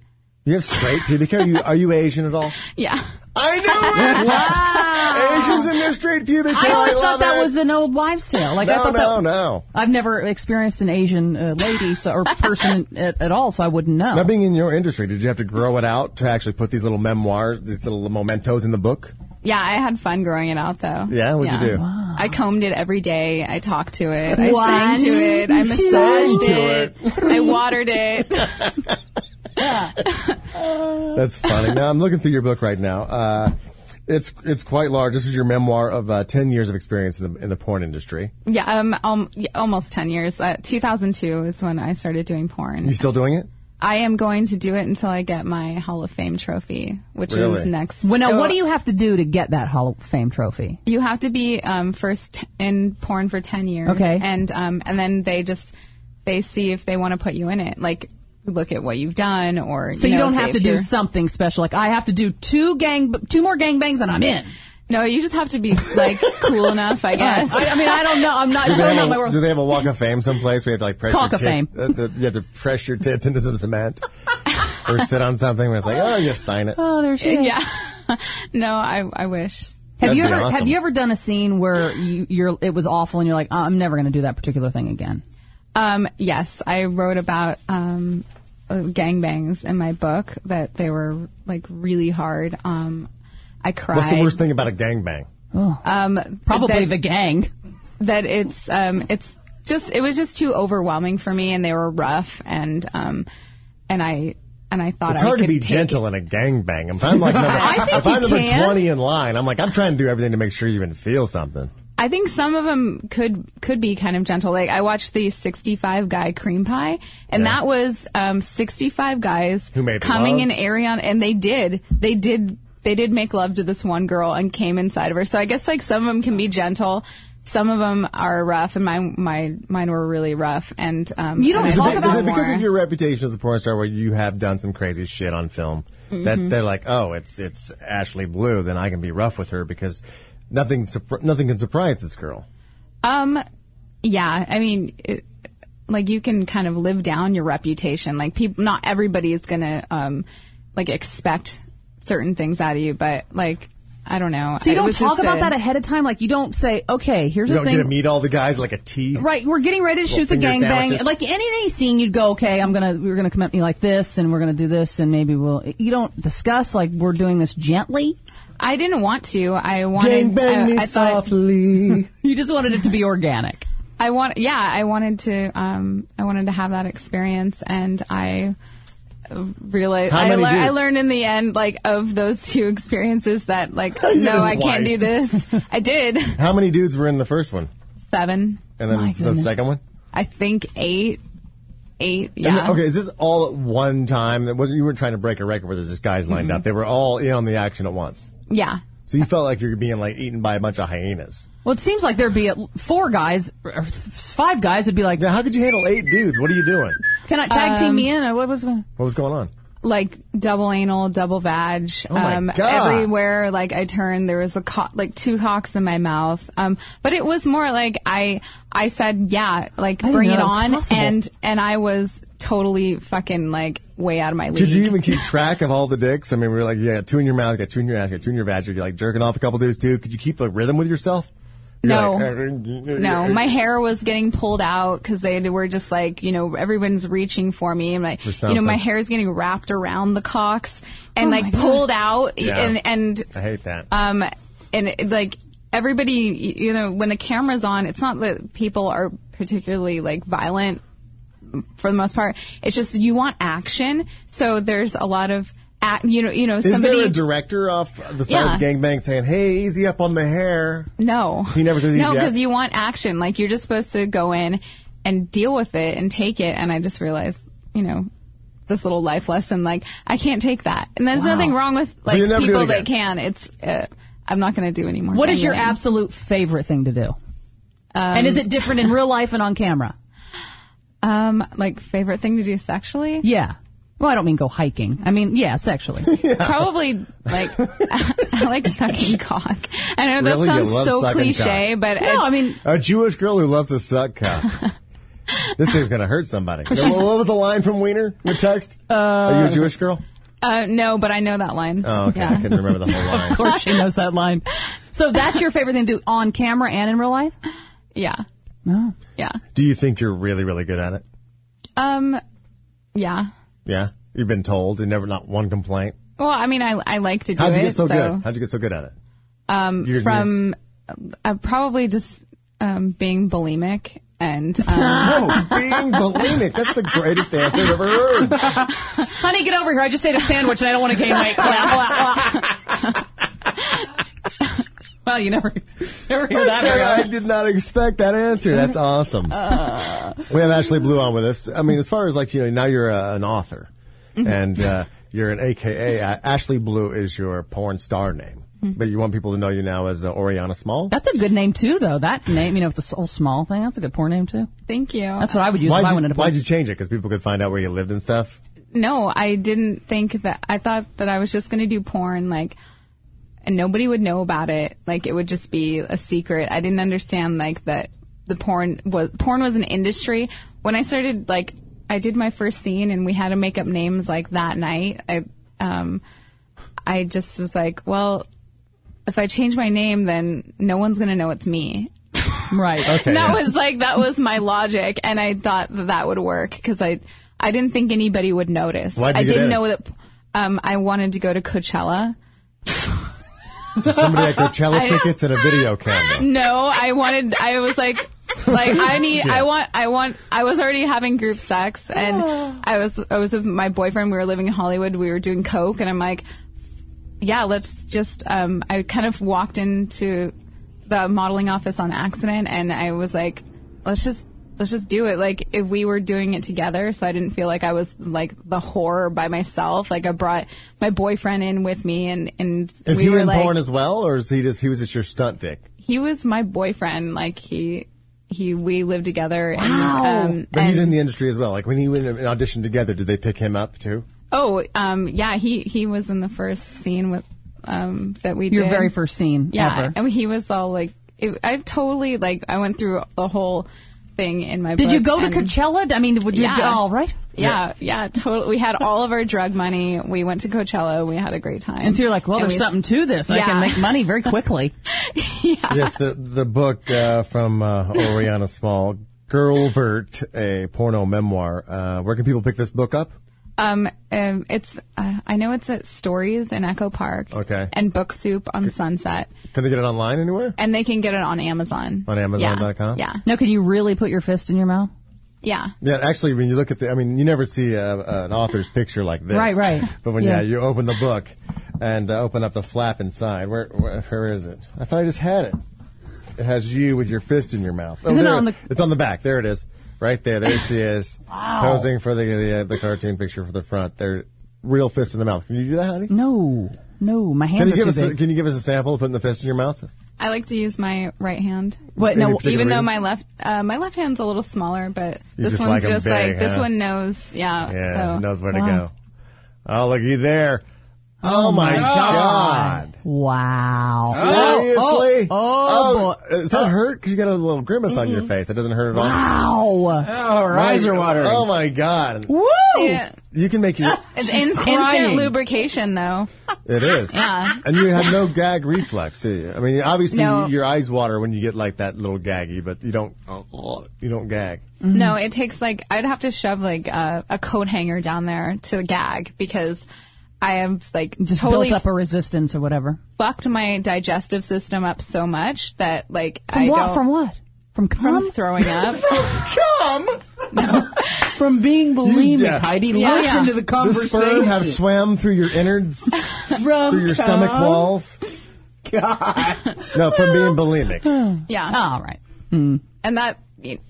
Speaker 2: you have straight pubic hair. You, are you Asian at all?
Speaker 5: Yeah,
Speaker 2: I knew it. Asians and their straight pubic hair.
Speaker 3: I always
Speaker 2: love
Speaker 3: thought that
Speaker 2: it.
Speaker 3: was an old wives' tale. Like I
Speaker 2: no,
Speaker 3: thought
Speaker 2: no,
Speaker 3: that.
Speaker 2: no.
Speaker 3: I've never experienced an Asian uh, lady so, or person at, at all, so I wouldn't know.
Speaker 2: Now, being in your industry, did you have to grow it out to actually put these little memoirs, these little mementos in the book?
Speaker 5: yeah. I had fun growing it out though.
Speaker 2: Yeah, what'd you do?
Speaker 5: I combed it every day. I talked to it. I
Speaker 3: What?
Speaker 5: sang to it. I massaged
Speaker 2: to
Speaker 5: it. I watered it.
Speaker 2: That's funny. now I'm looking through your book right now. Uh, it's it's quite large. This is your memoir of uh, ten years of experience in the in the porn industry.
Speaker 5: Yeah, um, um, yeah, almost ten years. Uh, Two thousand two is when I started doing porn.
Speaker 2: You still doing it?
Speaker 5: I am going to do it until I get my Hall of Fame trophy, which
Speaker 2: Really?
Speaker 5: is next.
Speaker 3: well, now,
Speaker 5: oh,
Speaker 3: what do you have to do to get that Hall of Fame trophy?
Speaker 5: you have to be um, first t- in porn for 10 years
Speaker 3: Okay.
Speaker 5: and um, and then they just they see if they want to put you in it like look at what you've done or
Speaker 3: So you,
Speaker 5: know,
Speaker 3: don't
Speaker 5: if
Speaker 3: have
Speaker 5: they-
Speaker 3: to
Speaker 5: if
Speaker 3: do
Speaker 5: you're-
Speaker 3: something special. Like I have to do two gang, two more gangbangs, and I'm in.
Speaker 5: no you just have to be like cool enough i guess
Speaker 3: I, I mean, I don't know. I'm not.
Speaker 2: Do they,
Speaker 3: not
Speaker 2: have
Speaker 3: my
Speaker 2: a,
Speaker 3: world.
Speaker 2: do they have a walk of fame someplace? We have to like press
Speaker 3: Cock
Speaker 2: your
Speaker 3: of fame.
Speaker 2: uh, the- you have to press your tits into some cement, or sit on something where it's like, oh, just sign it.
Speaker 3: oh, there she is.
Speaker 5: yeah no i i wish
Speaker 3: Have
Speaker 2: That'd
Speaker 3: you
Speaker 2: be
Speaker 3: ever
Speaker 2: awesome.
Speaker 3: have you ever done a scene where you, you're it was awful and you're like I'm never going to do that particular thing again?
Speaker 5: Um, yes, I wrote about um, uh, gangbangs in my book that they were like really hard. Um, I cried.
Speaker 2: What's the worst thing about a gangbang?
Speaker 5: Um,
Speaker 3: Probably
Speaker 5: that,
Speaker 3: the gang.
Speaker 5: that it's um, it's just it was just too overwhelming for me, and they were rough, and um, and I and I thought
Speaker 2: It's
Speaker 5: I
Speaker 2: hard to
Speaker 5: could
Speaker 2: be
Speaker 5: take
Speaker 2: gentle in a gangbang. If I'm like number,
Speaker 5: I think
Speaker 2: if I'm
Speaker 5: you
Speaker 2: number
Speaker 5: can.
Speaker 2: twenty in line, I'm like I'm trying to do everything to make sure you even feel something.
Speaker 5: I think some of them could could be kind of gentle. Like I watched the 65 guy cream pie, and
Speaker 2: Yeah.
Speaker 5: that was um, 65 guys
Speaker 2: Who made
Speaker 5: coming
Speaker 2: love?
Speaker 5: in Ariana, and they did, they did, they did make love to this one girl and came inside of her. So I guess like some of them can be gentle. Some of them are rough, and mine, my, mine were really rough. And um,
Speaker 3: You don't
Speaker 5: and I
Speaker 3: Is
Speaker 2: Is
Speaker 3: Talk
Speaker 5: thought
Speaker 2: it-
Speaker 3: about
Speaker 2: is it because
Speaker 5: more.
Speaker 2: of your reputation as a porn star where you have done some crazy shit on film
Speaker 3: Mm-hmm.
Speaker 2: that they're like, oh, it's it's Ashley Blue, then I can be rough with her because nothing surpri- nothing can surprise this girl.
Speaker 5: Um, yeah, I mean, it, like you can kind of live down your reputation. Like people, not everybody is gonna um, like expect certain things out of you, but like I don't know.
Speaker 3: So you
Speaker 5: It
Speaker 3: don't
Speaker 5: was
Speaker 3: talk
Speaker 5: just
Speaker 3: about
Speaker 5: a-
Speaker 3: that ahead of time. Like you don't say, okay, here's
Speaker 2: You
Speaker 3: the
Speaker 2: don't get to
Speaker 3: thing.
Speaker 2: meet all the guys like a tea.
Speaker 3: Right, we're getting ready to shoot the
Speaker 2: finger
Speaker 3: gangbang.
Speaker 2: sandwiches.
Speaker 3: Like any any scene, you'd go, okay, I'm gonna we're gonna commit me like this, and we're gonna do this, and maybe we'll. You don't discuss like we're doing this gently.
Speaker 5: I didn't want to. I wanted.
Speaker 2: Gang bang
Speaker 5: I,
Speaker 2: me
Speaker 5: I thought,
Speaker 2: softly.
Speaker 3: You just wanted it to be organic.
Speaker 5: I want. Yeah, I wanted to. Um, I wanted to have that experience, and I realized
Speaker 2: How
Speaker 5: I,
Speaker 2: many
Speaker 5: I
Speaker 2: dudes?
Speaker 5: learned in the end, like of those two experiences, that like no,
Speaker 2: it
Speaker 5: I can't
Speaker 2: twice.
Speaker 5: do this. I did
Speaker 2: How many dudes were in the first one,
Speaker 5: seven.
Speaker 2: and then
Speaker 3: My
Speaker 2: the
Speaker 3: goodness.
Speaker 2: second one?
Speaker 5: I think eight, eight.
Speaker 2: And
Speaker 5: Yeah.
Speaker 2: the- okay, is this all at one time? That wasn't you weren't trying to break a record where there's just guys lined up. They were all in on the action at once.
Speaker 5: Yeah.
Speaker 2: So you felt like you're being like eaten by a bunch of hyenas.
Speaker 3: Well, it seems like there'd be at- four guys, or five guys would be like,
Speaker 2: Now, how could you handle eight dudes? What are you doing?
Speaker 3: "Can I tag team me in?" Or what was going?
Speaker 2: What was going on?
Speaker 5: Like double anal, double vag.
Speaker 2: Oh
Speaker 5: um,
Speaker 2: my God.
Speaker 5: Everywhere, like I turned, there was a co- like two hawks in my mouth. Um, but it was more like I, I said, yeah, like
Speaker 3: didn't
Speaker 5: bring
Speaker 3: know
Speaker 5: it
Speaker 3: that was
Speaker 5: on,
Speaker 3: possible.
Speaker 5: and and I was totally fucking like way out of my league.
Speaker 2: Did you even keep track of all the dicks? I mean, we were like, yeah, two in your mouth, you got two in your ass, you got two in your vag, you're like jerking off a couple dudes too. Could you keep a rhythm with yourself? You're
Speaker 5: No.
Speaker 2: like,
Speaker 5: No, my hair was getting pulled out because they were just like, you know, everyone's reaching for me, and like, you know,
Speaker 2: something. Oh
Speaker 5: my hair is getting wrapped around the cocks and like pulled out,
Speaker 2: Yeah.
Speaker 5: and and
Speaker 2: I hate that.
Speaker 5: um, and it, like everybody, y- you know, when the camera's on, it's not that people are particularly like violent for the most part. It's just you want action, so there's a lot of, ac- you know, you know,
Speaker 2: Is
Speaker 5: somebody
Speaker 2: there a director off the side of the
Speaker 5: Yeah.
Speaker 2: gangbang saying, "Hey, easy up on the hair"?
Speaker 5: No.
Speaker 2: He never says
Speaker 5: No,
Speaker 2: easy
Speaker 5: because
Speaker 2: act.
Speaker 5: you want action. Like you're just supposed to go in and deal with it and take it. And I just realized, you know, this little life lesson. Like I can't take that. And there's nothing wrong with like
Speaker 2: you'll never do it
Speaker 5: people
Speaker 2: again.
Speaker 5: that can. It's uh, I'm not going to do anymore.
Speaker 3: What is your
Speaker 5: Anyway.
Speaker 3: absolute favorite thing to do? and is it different in real life and on camera?
Speaker 5: um like favorite thing to do sexually?
Speaker 3: Yeah. Well, I don't mean go hiking. I mean, yeah, sexually.
Speaker 5: Probably like I like sucking cock. I know that
Speaker 2: Really? You
Speaker 5: sounds
Speaker 2: love
Speaker 5: so
Speaker 2: sucking
Speaker 5: cliche,
Speaker 2: cock?
Speaker 5: but
Speaker 3: no, I mean,
Speaker 2: A Jewish girl who loves to suck cock. this thing's gonna hurt somebody. What what was the line from Wiener? Your text? Are you a Jewish girl?
Speaker 5: uh, no, but I know that line.
Speaker 2: Oh, okay. I couldn't remember the whole line.
Speaker 3: of course she knows that line. So that's your favorite thing to do on camera and in real life?
Speaker 5: Yeah,
Speaker 3: No.
Speaker 5: yeah,
Speaker 2: Do you think you're really, really good at it?
Speaker 5: um, yeah.
Speaker 2: Yeah, you've been told, and never not one complaint.
Speaker 5: Well, I mean, I, I like to do
Speaker 2: How'd you
Speaker 5: it.
Speaker 2: get so, good? How'd you get so good at it? Um,
Speaker 5: from uh, probably just um, being bulimic and um,
Speaker 2: Oh, being bulimic. That's the greatest answer I've ever heard.
Speaker 3: Honey, get over here. I just ate a sandwich and I don't want to gain weight. well, you never, never hear that. very
Speaker 2: I
Speaker 3: often.
Speaker 2: did not expect that answer. That's awesome.
Speaker 3: Uh.
Speaker 2: We have Ashley Blue on with us. I mean, as far as like, you know, now you're uh, an author
Speaker 3: Mm-hmm.
Speaker 2: and uh, you're an AKA. Uh, Ashley Blue is your porn star name. But you want people to know you now as uh, Oriana Small?
Speaker 3: Mm-hmm. That's a good name too, though. That name, you know, with the whole small thing, that's a good porn name too.
Speaker 5: thank you.
Speaker 3: That's what I would use if I
Speaker 2: why'd,
Speaker 3: wanted
Speaker 2: you,
Speaker 3: to.
Speaker 2: why'd you change it? Because people could find out where you lived and stuff?
Speaker 5: no, I didn't think that. I thought that I was just going to do porn, like, and nobody would know about it. Like, it would just be a secret. I didn't understand like that the porn was porn was an industry. When I started, like, I did my first scene, and we had to make up names like that night. I um, I just was like, well, if I change my name, then no one's going to know it's me.
Speaker 3: Right.
Speaker 2: Okay.
Speaker 5: That was like that was my logic, and I thought that, that would work because I I didn't think anybody would notice.
Speaker 2: Why'd you
Speaker 5: I
Speaker 2: get
Speaker 5: didn't
Speaker 2: in?
Speaker 5: know that um, I wanted to go to Coachella.
Speaker 2: So somebody had Coachella
Speaker 5: I-
Speaker 2: tickets and a video camera.
Speaker 5: No, I wanted. I was like, like I need. I want. I want. I was already having group sex, and I was. I was with my boyfriend. We were living in Hollywood. We were doing coke, and I'm like, yeah, let's just. Um, I kind of walked into the modeling office on accident, and I was like, let's just. Let's just do it. Like if we were doing it together, so I didn't feel like I was like the whore by myself. Like I brought my boyfriend in with me, and and
Speaker 2: Is
Speaker 5: we
Speaker 2: he
Speaker 5: were
Speaker 2: in
Speaker 5: like,
Speaker 2: porn as well, or is he just he was just your stunt dick?
Speaker 5: he was my boyfriend. Like he, he, we lived together. And,
Speaker 3: Mm,
Speaker 5: um,
Speaker 2: But he's
Speaker 5: and-
Speaker 2: in the industry as well. Like when he went and auditioned together, did they pick him up too?
Speaker 5: oh, um, yeah, he, he was in the first scene with, um, that we
Speaker 3: Your
Speaker 5: did.
Speaker 3: very first scene
Speaker 5: Yeah.
Speaker 3: ever.
Speaker 5: And he was all like, it, I totally, like, I went through the whole thing in my
Speaker 3: Did you
Speaker 5: book
Speaker 3: go to
Speaker 5: and-
Speaker 3: Coachella? I mean, would you?
Speaker 5: Yeah.
Speaker 3: All right.
Speaker 5: Yeah, yeah, totally. We had all of our drug money. We went to Coachella. We had a great time.
Speaker 3: And so you're like, well,
Speaker 5: And
Speaker 3: there's
Speaker 5: we-
Speaker 3: something to this. I can
Speaker 5: Yeah.
Speaker 3: make money very quickly.
Speaker 2: Yes, the the book uh, from uh, Oriana Small, Girlvert, a porno memoir. Uh, where can people pick this book up?
Speaker 5: Um, um, it's uh, I know it's at Stories in Echo Park.
Speaker 2: Okay.
Speaker 5: And Book Soup on Sunset,
Speaker 2: Can they get it online anywhere?
Speaker 5: and they can get it on Amazon.
Speaker 2: On Amazon.com?
Speaker 5: Yeah. yeah,
Speaker 3: Now, can you really put your fist in your mouth?
Speaker 5: yeah.
Speaker 2: Yeah, actually, when you look at the, I mean, you never see uh an author's picture like this.
Speaker 3: Right, right.
Speaker 2: But when yeah,
Speaker 3: Yeah.
Speaker 2: you open the book and uh, open up the flap inside, where, where where is it? I thought I just had it. It has you with your fist in your mouth. Oh,
Speaker 3: Isn't it
Speaker 2: there-
Speaker 3: on the-
Speaker 2: It's on the back. There it is. Right there. There she is. Posing for the the, uh, the cartoon picture for the front. There, real fist in the mouth. Can you do that, honey?
Speaker 3: No, no, my
Speaker 2: Can
Speaker 3: hands
Speaker 2: you
Speaker 3: are
Speaker 2: give
Speaker 3: too
Speaker 2: us a,
Speaker 3: big.
Speaker 2: Can you give us a sample of putting the fist in your mouth?
Speaker 5: I like to use my right hand.
Speaker 3: What?
Speaker 2: Any
Speaker 3: No,
Speaker 2: particular
Speaker 5: Even though
Speaker 2: reason?
Speaker 5: my left, uh, my left hand's a little smaller, but
Speaker 2: You
Speaker 5: this
Speaker 2: just like
Speaker 5: one's
Speaker 2: 'em
Speaker 5: just
Speaker 2: big,
Speaker 5: like this
Speaker 2: huh?
Speaker 5: one knows, yeah.
Speaker 2: Yeah,
Speaker 5: so.
Speaker 2: knows where to
Speaker 3: Wow.
Speaker 2: go. Oh, look you there. Oh, my God.
Speaker 3: wow.
Speaker 2: Seriously?
Speaker 3: Oh, oh,
Speaker 2: Oh, Is that hurt? Because you got a little grimace on your face. That doesn't hurt at all.
Speaker 3: Wow.
Speaker 4: Oh, her eyes are
Speaker 2: My-
Speaker 4: watering.
Speaker 2: Oh my god.
Speaker 3: Woo!
Speaker 5: Yeah.
Speaker 2: You can make your.
Speaker 5: It's in-
Speaker 3: crying.
Speaker 5: instant lubrication, though.
Speaker 2: It is.
Speaker 5: Yeah.
Speaker 2: And you have no gag reflex, do you? I mean, obviously
Speaker 5: No.
Speaker 2: your eyes water when you get like that little gaggy, but you don't. You don't gag.
Speaker 5: No, it takes like I'd have to shove like uh, a a coat hanger down there to gag because I have like
Speaker 3: Just
Speaker 5: totally
Speaker 3: built up a resistance or whatever.
Speaker 5: fucked my digestive system up so much that like
Speaker 3: From
Speaker 5: I
Speaker 3: what?
Speaker 5: don't
Speaker 3: From what? From cum?
Speaker 5: from throwing up.
Speaker 4: From being bulimic,
Speaker 2: yeah.
Speaker 4: Heidi,
Speaker 5: Yeah.
Speaker 4: listen
Speaker 5: Yeah.
Speaker 4: to the
Speaker 2: The
Speaker 4: conversation.
Speaker 2: sperm have swam through your innards,
Speaker 4: From
Speaker 2: through your stomach
Speaker 4: cum.
Speaker 2: walls. No, from being bulimic.
Speaker 5: yeah.
Speaker 3: Oh, all right.
Speaker 5: and that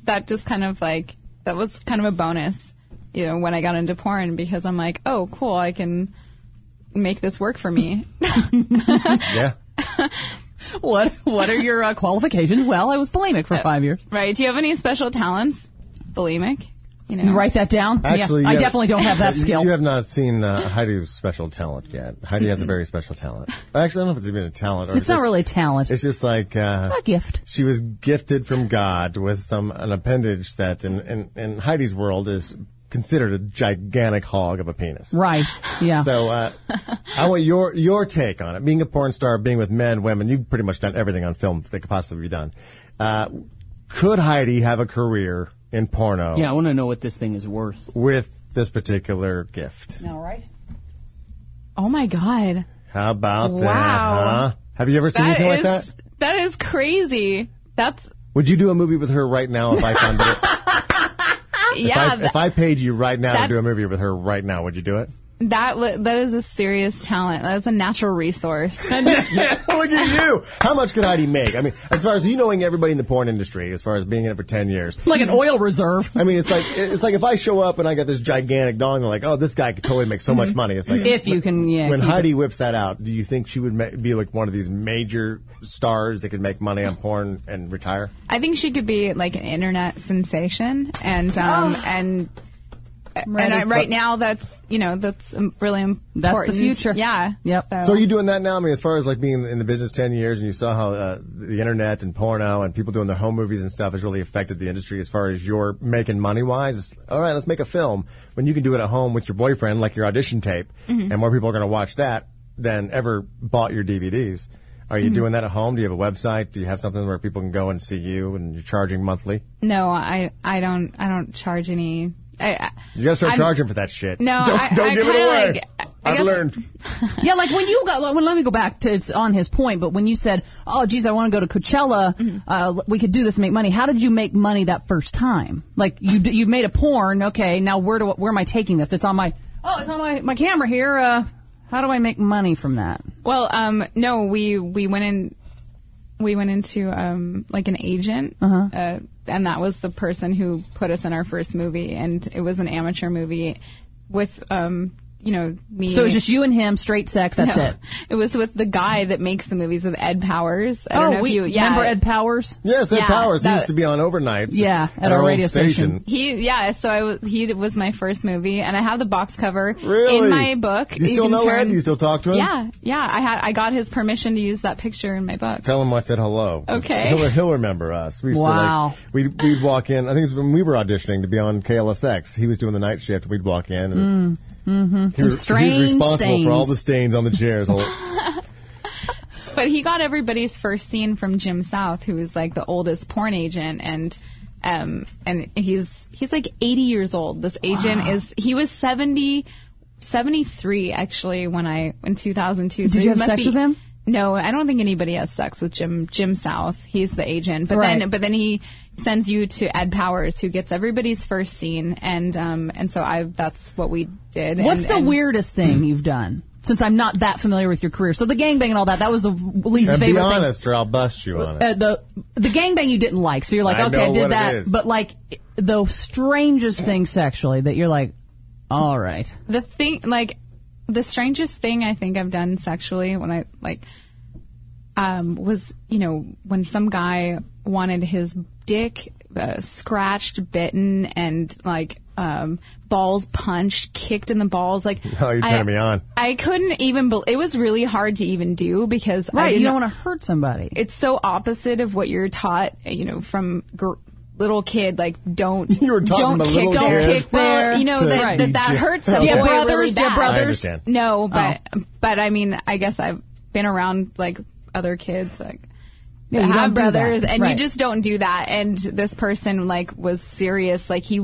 Speaker 5: that just kind of like that was kind of a bonus, you know, when I got into porn because I'm like, oh, cool, I can make this work for me.
Speaker 2: Yeah.
Speaker 3: What? What are your uh, qualifications? Well, I was bulimic for five years.
Speaker 5: right? Do you have any special talents? Bulimic, you know.
Speaker 3: You write that down.
Speaker 2: Actually,
Speaker 3: yeah. I
Speaker 2: you have-
Speaker 3: definitely don't have that
Speaker 2: You-
Speaker 3: skill.
Speaker 2: You have not seen uh, Heidi's special talent yet. Heidi has a very special talent. Actually, I don't know if it's even a talent. Or
Speaker 3: it's not
Speaker 2: just-
Speaker 3: really talent.
Speaker 2: It's just like uh,
Speaker 3: a gift.
Speaker 2: She was gifted from God with some an appendage that, in in, in Heidi's world, is considered a gigantic hog of a penis.
Speaker 3: Right. Yeah.
Speaker 2: So uh, I want your your take on it. Being a porn star, being with men, women, you've pretty much done everything on film that could possibly be done. Uh, could Heidi have a career in porno
Speaker 4: Yeah, I want to know what this thing is worth.
Speaker 2: with this particular gift?
Speaker 3: all right.
Speaker 5: oh my god,
Speaker 2: How about
Speaker 5: Wow.
Speaker 2: that? Huh? Have you ever seen
Speaker 5: that
Speaker 2: anything
Speaker 5: is
Speaker 2: like that?
Speaker 5: that is crazy. That's
Speaker 2: Would you do a movie with her right now if I funded it? if,
Speaker 5: yeah.
Speaker 2: I, if I paid you right now
Speaker 5: that-
Speaker 2: to do a movie with her right now, would you do it?
Speaker 5: That li- that is a serious talent. That's a natural resource.
Speaker 2: Look at you! How much could Heidi make? I mean, as far as you knowing everybody in the porn industry, as far as being in it for ten years,
Speaker 3: Like an oil reserve.
Speaker 2: I mean, it's like it's like if I show up and I got this gigantic dong, they're like, oh, this guy could totally make so much money. It's like
Speaker 3: If you can, Mm-hmm. yeah.
Speaker 2: when
Speaker 3: keep it.
Speaker 2: Heidi whips that out, do you think she would ma- be like one of these major stars that could make money on porn and retire?
Speaker 5: I think she could be like an internet sensation, and um, and and I, right now that's you know that's um, really important.
Speaker 3: That's the future.
Speaker 5: Yeah.
Speaker 3: Yep.
Speaker 2: So are you doing that now? I mean, as far as like being in the business ten years, and you saw how uh, the internet and porno and people doing their home movies and stuff has really affected the industry. As far as you're making money wise, it's, all right, let's make a film when you can do it at home with your boyfriend,
Speaker 5: Mm-hmm.
Speaker 2: like your audition tape, and more people are going to watch that than ever bought your DVDs. Are
Speaker 5: Mm-hmm.
Speaker 2: you doing that at home? Do you have a website? Do you have something where people can go and see you and you're charging monthly?
Speaker 5: No, I I don't I don't charge any. I, I,
Speaker 2: You gotta start
Speaker 5: I'm-
Speaker 2: charging for that shit.
Speaker 5: No,
Speaker 2: don't,
Speaker 5: I-
Speaker 2: don't
Speaker 5: I
Speaker 2: give it
Speaker 5: kinda
Speaker 2: away.
Speaker 5: like- I
Speaker 2: I've
Speaker 5: guess-
Speaker 2: learned.
Speaker 3: yeah, like when you got, when, let me go back to, it's on his point, but when you said, oh, geez, I want to go to Coachella,
Speaker 5: Mm-hmm.
Speaker 3: uh, we could do this and make money. How did you make money that first time? Like you, d- you made a porn. Okay. Now where do, where am I taking this? It's on my, oh, it's on my, my camera here. Uh, how do I make money from that?
Speaker 5: Well, um, no, we we went in, we went into um, like an agent,
Speaker 3: Uh-huh.
Speaker 5: uh, and that was the person who put us in our first movie, and it was an amateur movie with um, you know me.
Speaker 3: So it's just you and him, straight sex. That's
Speaker 5: No.
Speaker 3: it.
Speaker 5: It was with the guy that makes the movies with Ed Powers. I don't know
Speaker 3: Oh, we
Speaker 5: if you yeah,
Speaker 3: remember Ed Powers?
Speaker 2: Yes, Ed
Speaker 5: Yeah,
Speaker 2: Powers. he
Speaker 5: that-
Speaker 2: used to be on overnights.
Speaker 3: Yeah, at
Speaker 2: our
Speaker 3: our
Speaker 2: old
Speaker 3: radio station.
Speaker 5: He yeah, so I was he was my first movie, and I have the box cover
Speaker 2: Really?
Speaker 5: in my book.
Speaker 2: You still
Speaker 5: can
Speaker 2: know
Speaker 5: turn-
Speaker 2: Ed? You still talk to him?
Speaker 5: Yeah, yeah. I had I got his permission to use that picture in my book.
Speaker 2: Tell him I said hello.
Speaker 5: Okay.
Speaker 2: He'll, he'll remember us. We used
Speaker 3: Wow.
Speaker 2: to like, we'd, we'd walk in. I think it was when we were auditioning to be on KLSX. He was doing the night shift. We'd walk in. And mm, he, was-
Speaker 3: strange
Speaker 2: he was responsible
Speaker 3: stains.
Speaker 2: for all the stains on the chairs. All-
Speaker 5: But he got everybody's first scene from Jim South, who is like the oldest porn agent, and um, and he's he's like 80 years old. This agent is he was 70, 73 actually when I in 2002.
Speaker 3: Did you
Speaker 5: he
Speaker 3: have
Speaker 5: must
Speaker 3: sex
Speaker 5: be-
Speaker 3: with him?
Speaker 5: No, I don't think anybody has sex with Jim Jim South. He's the agent, but
Speaker 3: Right.
Speaker 5: then but then he sends you to Ed Powers, who gets everybody's first scene, and um and so I that's what we did.
Speaker 3: What's
Speaker 5: and-
Speaker 3: the
Speaker 5: and-
Speaker 3: weirdest
Speaker 2: Mm-hmm.
Speaker 3: thing you've done? Since I'm not that familiar with your career, so the gangbang and all that—that was the least
Speaker 2: and be
Speaker 3: favorite thing.
Speaker 2: honest or I'll bust you on it.
Speaker 3: uh, the the gangbang you didn't like, so you're like,
Speaker 2: I
Speaker 3: okay,
Speaker 2: know
Speaker 3: I
Speaker 2: what it
Speaker 3: did
Speaker 2: is.
Speaker 3: that, but like the strangest thing sexually that you're like, all right,
Speaker 5: the thing like the strangest thing I think I've done sexually when I like um was you know when some guy wanted his dick uh, scratched, bitten, and like um balls punched, kicked in the balls like
Speaker 2: Oh, you're turning
Speaker 5: I-
Speaker 2: me on.
Speaker 5: I couldn't even bel it was really hard to even do because I
Speaker 3: right, you
Speaker 5: didn't-
Speaker 3: don't want to hurt somebody.
Speaker 5: it's so opposite of what you're taught, you know, from gr- little kid. Like, don't
Speaker 2: You were taught
Speaker 5: don't
Speaker 2: from a
Speaker 5: kick,
Speaker 2: little
Speaker 5: don't
Speaker 2: kid
Speaker 5: kick there.
Speaker 3: to
Speaker 5: you know that
Speaker 2: Right.
Speaker 5: that, that
Speaker 2: DJ.
Speaker 5: hurts a
Speaker 2: Dear
Speaker 5: boy
Speaker 3: brothers,
Speaker 5: really
Speaker 3: dear
Speaker 5: bad.
Speaker 3: brothers. Oh.
Speaker 2: I understand.
Speaker 5: No, but but I mean, I guess I've been around like other kids like.
Speaker 3: Yeah, you
Speaker 5: that have
Speaker 3: don't do that.
Speaker 5: brothers, and
Speaker 3: Right.
Speaker 5: you just don't do that. And this person like was serious. Like he,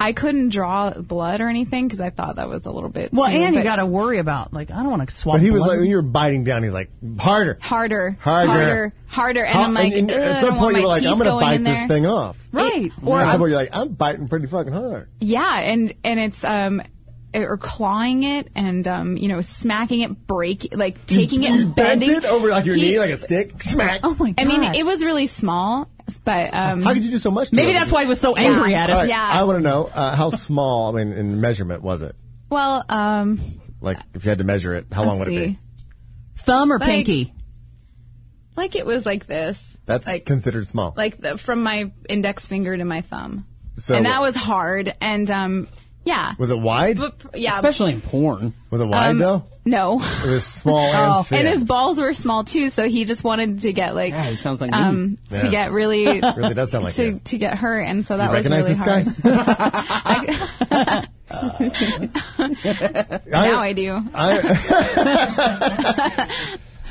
Speaker 5: I couldn't draw blood or anything because I thought that was a little bit.
Speaker 3: well,
Speaker 5: too,
Speaker 3: and you
Speaker 5: but
Speaker 3: got to worry about like I don't want to swap.
Speaker 2: But he was
Speaker 3: blood.
Speaker 2: like, when you were biting down, he's like, harder.
Speaker 5: harder,
Speaker 2: Harder.
Speaker 5: harder, harder. And
Speaker 2: Huh?
Speaker 5: I'm like,
Speaker 2: and- and
Speaker 5: "Ugh,
Speaker 2: at
Speaker 5: I
Speaker 2: some
Speaker 5: don't want
Speaker 2: point
Speaker 5: my
Speaker 2: you were like,
Speaker 5: teeth
Speaker 2: I'm gonna
Speaker 5: going
Speaker 2: bite
Speaker 5: in
Speaker 2: this
Speaker 5: thing
Speaker 2: thing off.
Speaker 3: right,
Speaker 2: At
Speaker 5: or I'm-
Speaker 2: some point you're like, I'm biting pretty fucking hard.
Speaker 5: Yeah, and and it's um or clawing it and um you know smacking it, break like taking it
Speaker 2: you
Speaker 5: and bending
Speaker 2: bent it over like your
Speaker 5: He-
Speaker 2: knee, like a stick. Smack.
Speaker 3: oh my god,
Speaker 5: I mean, it was really small, but um
Speaker 2: How could you do so much? To
Speaker 3: maybe
Speaker 2: it?
Speaker 3: that's why he was so angry at
Speaker 2: All
Speaker 3: us.
Speaker 2: right,
Speaker 5: Yeah.
Speaker 2: I want to know uh, how small. I mean, in measurement, was it?
Speaker 5: well, um
Speaker 2: Like, if you had to measure it, how long would
Speaker 5: let's
Speaker 2: it
Speaker 5: see,
Speaker 2: be?
Speaker 3: Thumb or
Speaker 5: Like-
Speaker 3: pinky?
Speaker 5: like it was like this.
Speaker 2: That's
Speaker 5: like
Speaker 2: considered small.
Speaker 5: like the from my index finger to my thumb,
Speaker 2: So-
Speaker 5: and that was hard. And um yeah,
Speaker 2: was it wide?
Speaker 5: but, yeah,
Speaker 4: Especially in porn.
Speaker 2: Was it wide though?
Speaker 5: no.
Speaker 2: It was small and thin.
Speaker 5: um, Oh, And his balls were small too, so he just wanted to get like
Speaker 4: Yeah, he sounds like me.
Speaker 5: um
Speaker 2: Yeah.
Speaker 5: to get really
Speaker 2: really does sound like
Speaker 5: to,
Speaker 2: you.
Speaker 5: to get hurt, and so
Speaker 2: You
Speaker 5: that was
Speaker 2: recognize
Speaker 5: really
Speaker 2: this
Speaker 5: hard.
Speaker 2: guy? I,
Speaker 5: Now I do.
Speaker 2: Uh,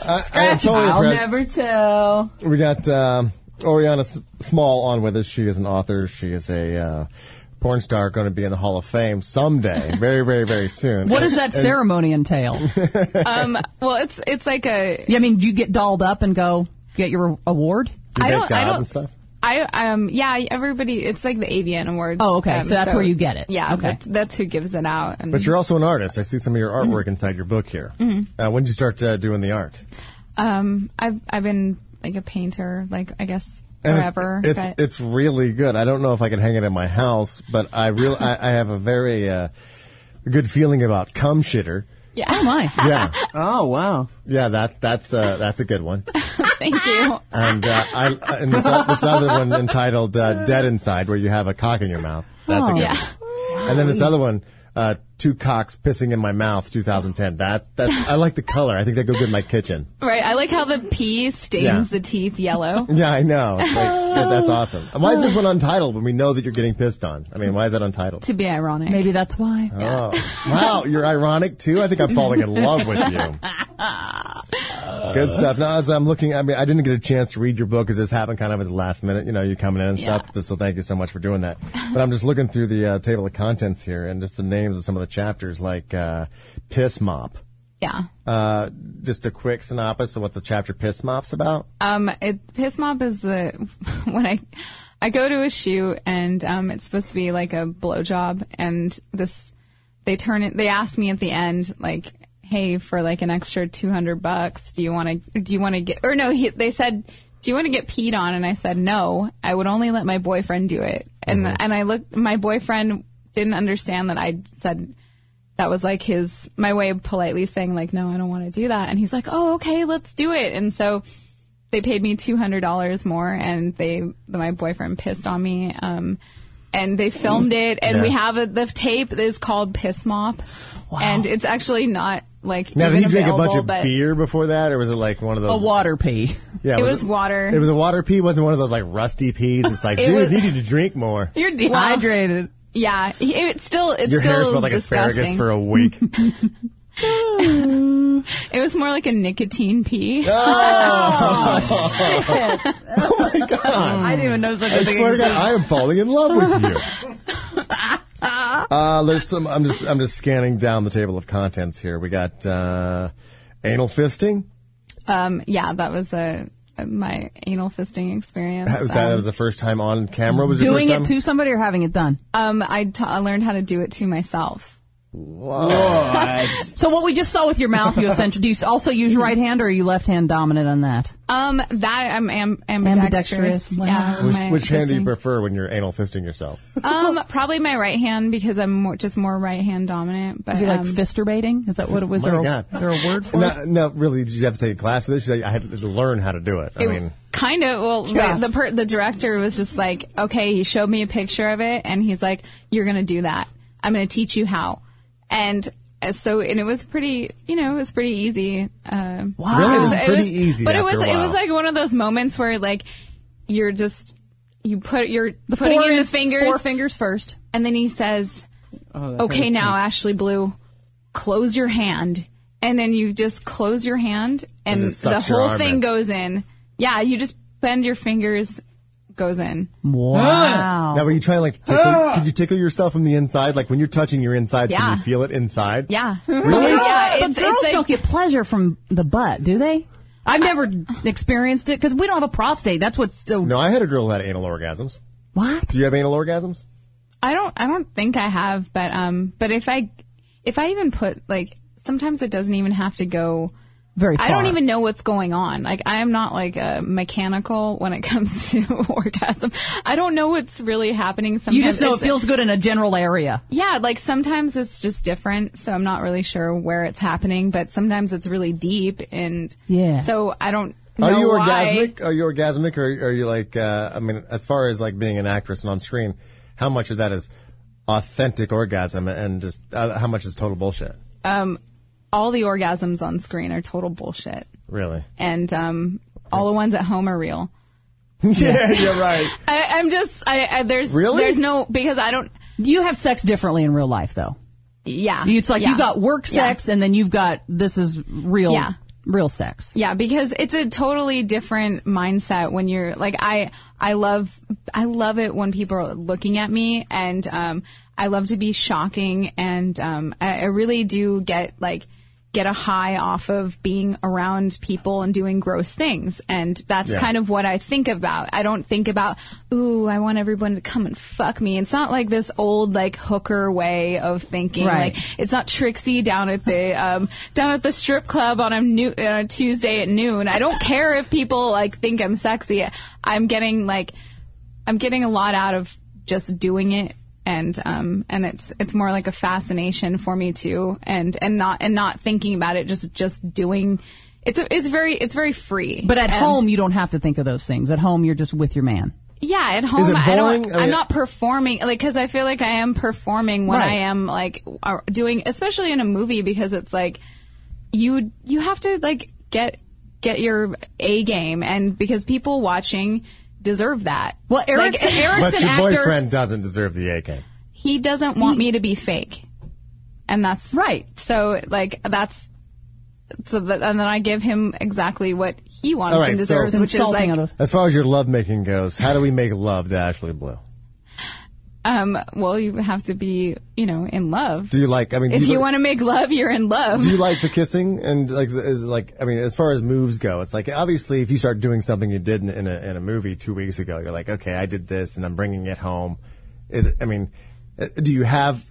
Speaker 2: I am totally impressed.
Speaker 3: tell.
Speaker 2: We got um, Oriana S- Small on with us. She is an author. She is a uh, porn star going to be in the Hall of Fame someday, very, very, very soon.
Speaker 3: What does that ceremony entail?
Speaker 5: Um, well, it's it's like a
Speaker 3: yeah, I mean, do you get dolled up and go get your award?
Speaker 2: Do
Speaker 5: I
Speaker 2: they
Speaker 5: don't- I
Speaker 2: God
Speaker 5: don't-
Speaker 2: and stuff?
Speaker 5: I um yeah everybody it's like the AVN Awards. Um,
Speaker 3: Oh, okay. So that's where you get it.
Speaker 5: Yeah,
Speaker 3: Okay.
Speaker 5: that's, that's who gives it out. And
Speaker 2: But you're also an artist. I see some of your
Speaker 5: Mm-hmm.
Speaker 2: artwork inside your book here. Uh, when did you start uh, doing the art?
Speaker 5: um, I've I've been like a painter, like I guess
Speaker 2: And it's-
Speaker 5: forever.
Speaker 2: It's
Speaker 5: but-
Speaker 2: it's really good. I don't know if I can hang it in my house, but I real I, I have a very uh, good feeling about cum shitter.
Speaker 5: yeah.
Speaker 3: Oh my.
Speaker 2: Yeah,
Speaker 4: Oh wow.
Speaker 2: yeah. That that's uh, that's a good one.
Speaker 5: Thank you.
Speaker 2: And uh, I and this, o- this other one entitled uh, "Dead Inside," where you have a cock in your mouth. That's a good
Speaker 5: Yeah.
Speaker 2: one. And then this other one. Uh, two cocks pissing in my mouth, 2010. That that's I like the color. I think they go good in my kitchen.
Speaker 5: Right. I like how the pee stains
Speaker 2: Yeah.
Speaker 5: the teeth yellow.
Speaker 2: Yeah, I know. It's like, yeah, that's awesome. And Why is this one untitled when we know that you're getting pissed on? I mean, why is that untitled?
Speaker 5: to be ironic.
Speaker 3: Maybe that's why.
Speaker 2: Oh, wow, you're ironic too. I think I'm falling in love with you. Good stuff. Now, as I'm looking, I mean, I didn't get a chance to read your book because this happened kind of at the last minute. You know, you're coming in and
Speaker 3: Yeah.
Speaker 2: stuff. So thank you so much for doing that. But I'm just looking through the uh, table of contents here and just the names of some of the chapters, like uh, Piss Mop.
Speaker 5: Yeah.
Speaker 2: Uh, just a quick synopsis of what the chapter Piss Mop's about.
Speaker 5: Um, it, piss mop is the when I I go to a shoot and um, it's supposed to be like a blowjob, and this they turn it. They ask me at the end like, "Hey, for like an extra two hundred bucks, do you want to? Do you want to get?" Or no, he, they said, "Do you want to get peed on?" And I said, "No, I would only let my boyfriend do it." And and I looked. My boyfriend didn't understand that I said that was like his my way of politely saying like no i don't want to do that and he's like oh okay let's do it and so they paid me $200 more and they my boyfriend pissed on me um and they filmed it and
Speaker 2: Yeah.
Speaker 5: we have a, the tape is called piss mop and it's actually not like
Speaker 2: Now, did
Speaker 5: even
Speaker 2: you drink a bunch
Speaker 5: available,
Speaker 2: of
Speaker 5: but
Speaker 2: beer before that, or was it like one of those?
Speaker 3: A water pee.
Speaker 2: Yeah,
Speaker 5: it was water.
Speaker 2: It was a water pee. Wasn't one of those like rusty peas. It's like,
Speaker 5: It
Speaker 2: dude,
Speaker 5: was-
Speaker 2: you need to drink more.
Speaker 3: You're dehydrated.
Speaker 5: yeah it- it's still it's
Speaker 2: Your
Speaker 5: still
Speaker 2: hair smelled like
Speaker 5: disgusting.
Speaker 2: asparagus for a week.
Speaker 5: it was more like a nicotine pee
Speaker 2: Ah.
Speaker 3: I didn't even know such a
Speaker 2: I
Speaker 3: thing
Speaker 2: swear to God,
Speaker 3: existed.
Speaker 2: I am falling in love with you. Uh, there's some. I'm just. I'm just scanning down the table of contents here. We got uh, anal fisting.
Speaker 5: um yeah that was a my anal fisting experience
Speaker 2: That was, that was the first time on camera. Was your
Speaker 3: Doing
Speaker 2: first time?
Speaker 3: it to somebody or having it done?
Speaker 5: Um, I, t- I learned how to do it to myself.
Speaker 3: So what we just saw with your mouth, you essentially do you also use your right hand or are you left hand dominant on that?
Speaker 5: Um, that I'm am- ambidextrous.
Speaker 3: Ambidextrous, wow.
Speaker 5: Yeah,
Speaker 2: Which,
Speaker 5: my
Speaker 2: which hand do you
Speaker 5: fisting.
Speaker 2: prefer when you're anal fisting yourself?
Speaker 5: Um, probably my right hand because I'm more, just more right hand dominant. But
Speaker 3: Do you like
Speaker 5: um,
Speaker 3: fister baiting? Is that what it was?
Speaker 2: My
Speaker 3: there,
Speaker 2: God.
Speaker 3: A, is there a word for it?
Speaker 2: no, no, really. Did you have to take a class for this? You said I had to learn how to do it. I mean,
Speaker 5: kind of. Well,
Speaker 3: Yeah.
Speaker 5: the the, per- the director was just like, okay, he showed me a picture of it, and he's like, you're gonna do that. I'm gonna teach you how. And uh, so, and it was pretty. You know, it was pretty easy. Uh,
Speaker 3: Wow.
Speaker 2: Really?
Speaker 5: It was,
Speaker 2: It's pretty easy
Speaker 5: But it
Speaker 2: after
Speaker 5: was
Speaker 2: a
Speaker 5: it
Speaker 2: while.
Speaker 5: was like one of those moments where like you're just you put you're putting in the fingers
Speaker 3: Four fingers first. Oh,
Speaker 5: and then he says, "Okay, now Ashley Blue, close your hand." And then you just close your hand, and,
Speaker 2: it
Speaker 5: the
Speaker 2: sucks your
Speaker 5: whole
Speaker 2: arm
Speaker 5: thing
Speaker 2: in.
Speaker 5: goes in. Yeah, you just bend your fingers, goes in. Oh.
Speaker 3: Wow.
Speaker 2: now were you trying like to tickle? Could you tickle yourself from the inside? Like when you're touching your insides,
Speaker 5: Ah! Yeah.
Speaker 2: can you feel it inside?
Speaker 5: Yeah,
Speaker 2: Really?
Speaker 5: Yeah,
Speaker 3: but
Speaker 5: it's,
Speaker 3: girls
Speaker 5: it's
Speaker 3: don't
Speaker 5: like,
Speaker 3: get pleasure from the butt, do they? I've never experienced it because we don't have a prostate. That's what's so.
Speaker 2: No, I had a girl who had anal orgasms.
Speaker 3: What?
Speaker 2: Do you have anal orgasms?
Speaker 5: I don't I don't think I have, but um, but if I if I even put like sometimes it doesn't even have to go.
Speaker 3: Very far.
Speaker 5: I don't even know what's going on. Like I am not like a mechanical when it comes to orgasm. I don't know what's really happening. Sometimes
Speaker 3: You just know it
Speaker 5: It's-
Speaker 3: feels good in a general area.
Speaker 5: Yeah, like sometimes it's just different, so I'm not really sure where it's happening, but sometimes it's really deep and
Speaker 3: Yeah.
Speaker 5: So I don't know
Speaker 2: Are you
Speaker 5: why.
Speaker 2: orgasmic? Are you orgasmic, or are you like? Uh, I mean, as far as like being an actress and on screen, how much of that is authentic orgasm, and just uh, how much is total bullshit?
Speaker 5: All the orgasms on screen are total bullshit.
Speaker 2: Really?
Speaker 5: And um all the ones at home are real.
Speaker 2: yeah, you're right.
Speaker 5: I, I'm just I, I there's
Speaker 2: Really?
Speaker 5: there's no because I don't
Speaker 3: You have sex differently in real life, though.
Speaker 5: yeah.
Speaker 3: It's like
Speaker 5: yeah.
Speaker 3: you got work
Speaker 5: Yeah.
Speaker 3: sex, and then you've got this is real,
Speaker 5: Yeah.
Speaker 3: real sex.
Speaker 5: Yeah, because it's a totally different mindset when you're like I I love I love it when people are looking at me and um I love to be shocking and um I, I really do get like get a high off of being around people and doing gross things and that's
Speaker 2: Yeah.
Speaker 5: kind of what I think about. I don't think about ooh, I want everyone to come and fuck me. It's not like this old like hooker way of thinking
Speaker 3: Right.
Speaker 5: like it's not Trixie down at the um, down at the strip club on a new on a Tuesday at noon. I don't care if people like think I'm sexy. I'm getting like I'm getting a lot out of just doing it, and um and it's it's more like a fascination for me too, and and not and not thinking about it, just just doing. It's a, it's very it's very free.
Speaker 3: But at
Speaker 5: And-
Speaker 3: home, you don't have to think of those things. At home, you're just with your man.
Speaker 5: yeah, at home
Speaker 2: it
Speaker 5: I
Speaker 2: boring?
Speaker 5: don't.
Speaker 2: I mean-
Speaker 5: I'm not performing like because I feel like I am performing when
Speaker 3: Right.
Speaker 5: I am like are- doing, especially in a movie because it's like you you have to like get get your A game and because people watching deserve that.
Speaker 3: Well, Eric's-
Speaker 5: Eric's like, Eric's
Speaker 2: But
Speaker 5: an
Speaker 2: your
Speaker 5: actor.
Speaker 2: boyfriend doesn't deserve the A game.
Speaker 5: He doesn't want me to be fake, and that's
Speaker 3: Right.
Speaker 5: So like that's so that, and then I give him exactly what he wants
Speaker 2: All right,
Speaker 5: and deserves,
Speaker 2: so-
Speaker 5: which is
Speaker 3: Insulting
Speaker 5: like
Speaker 3: others.
Speaker 2: As far as your love making goes, how do we make love to Ashley Blue?
Speaker 5: um well you have to be, you know, in love.
Speaker 2: Do you like? I mean, do
Speaker 5: if you
Speaker 2: like-
Speaker 5: want to make love, you're in love.
Speaker 2: do you like the kissing and like the- is like I mean, as far as moves go, it's like obviously if you start doing something you did in, in a in a movie two weeks ago, you're like, okay, I did this and I'm bringing it home. Is it, I mean, uh, do you have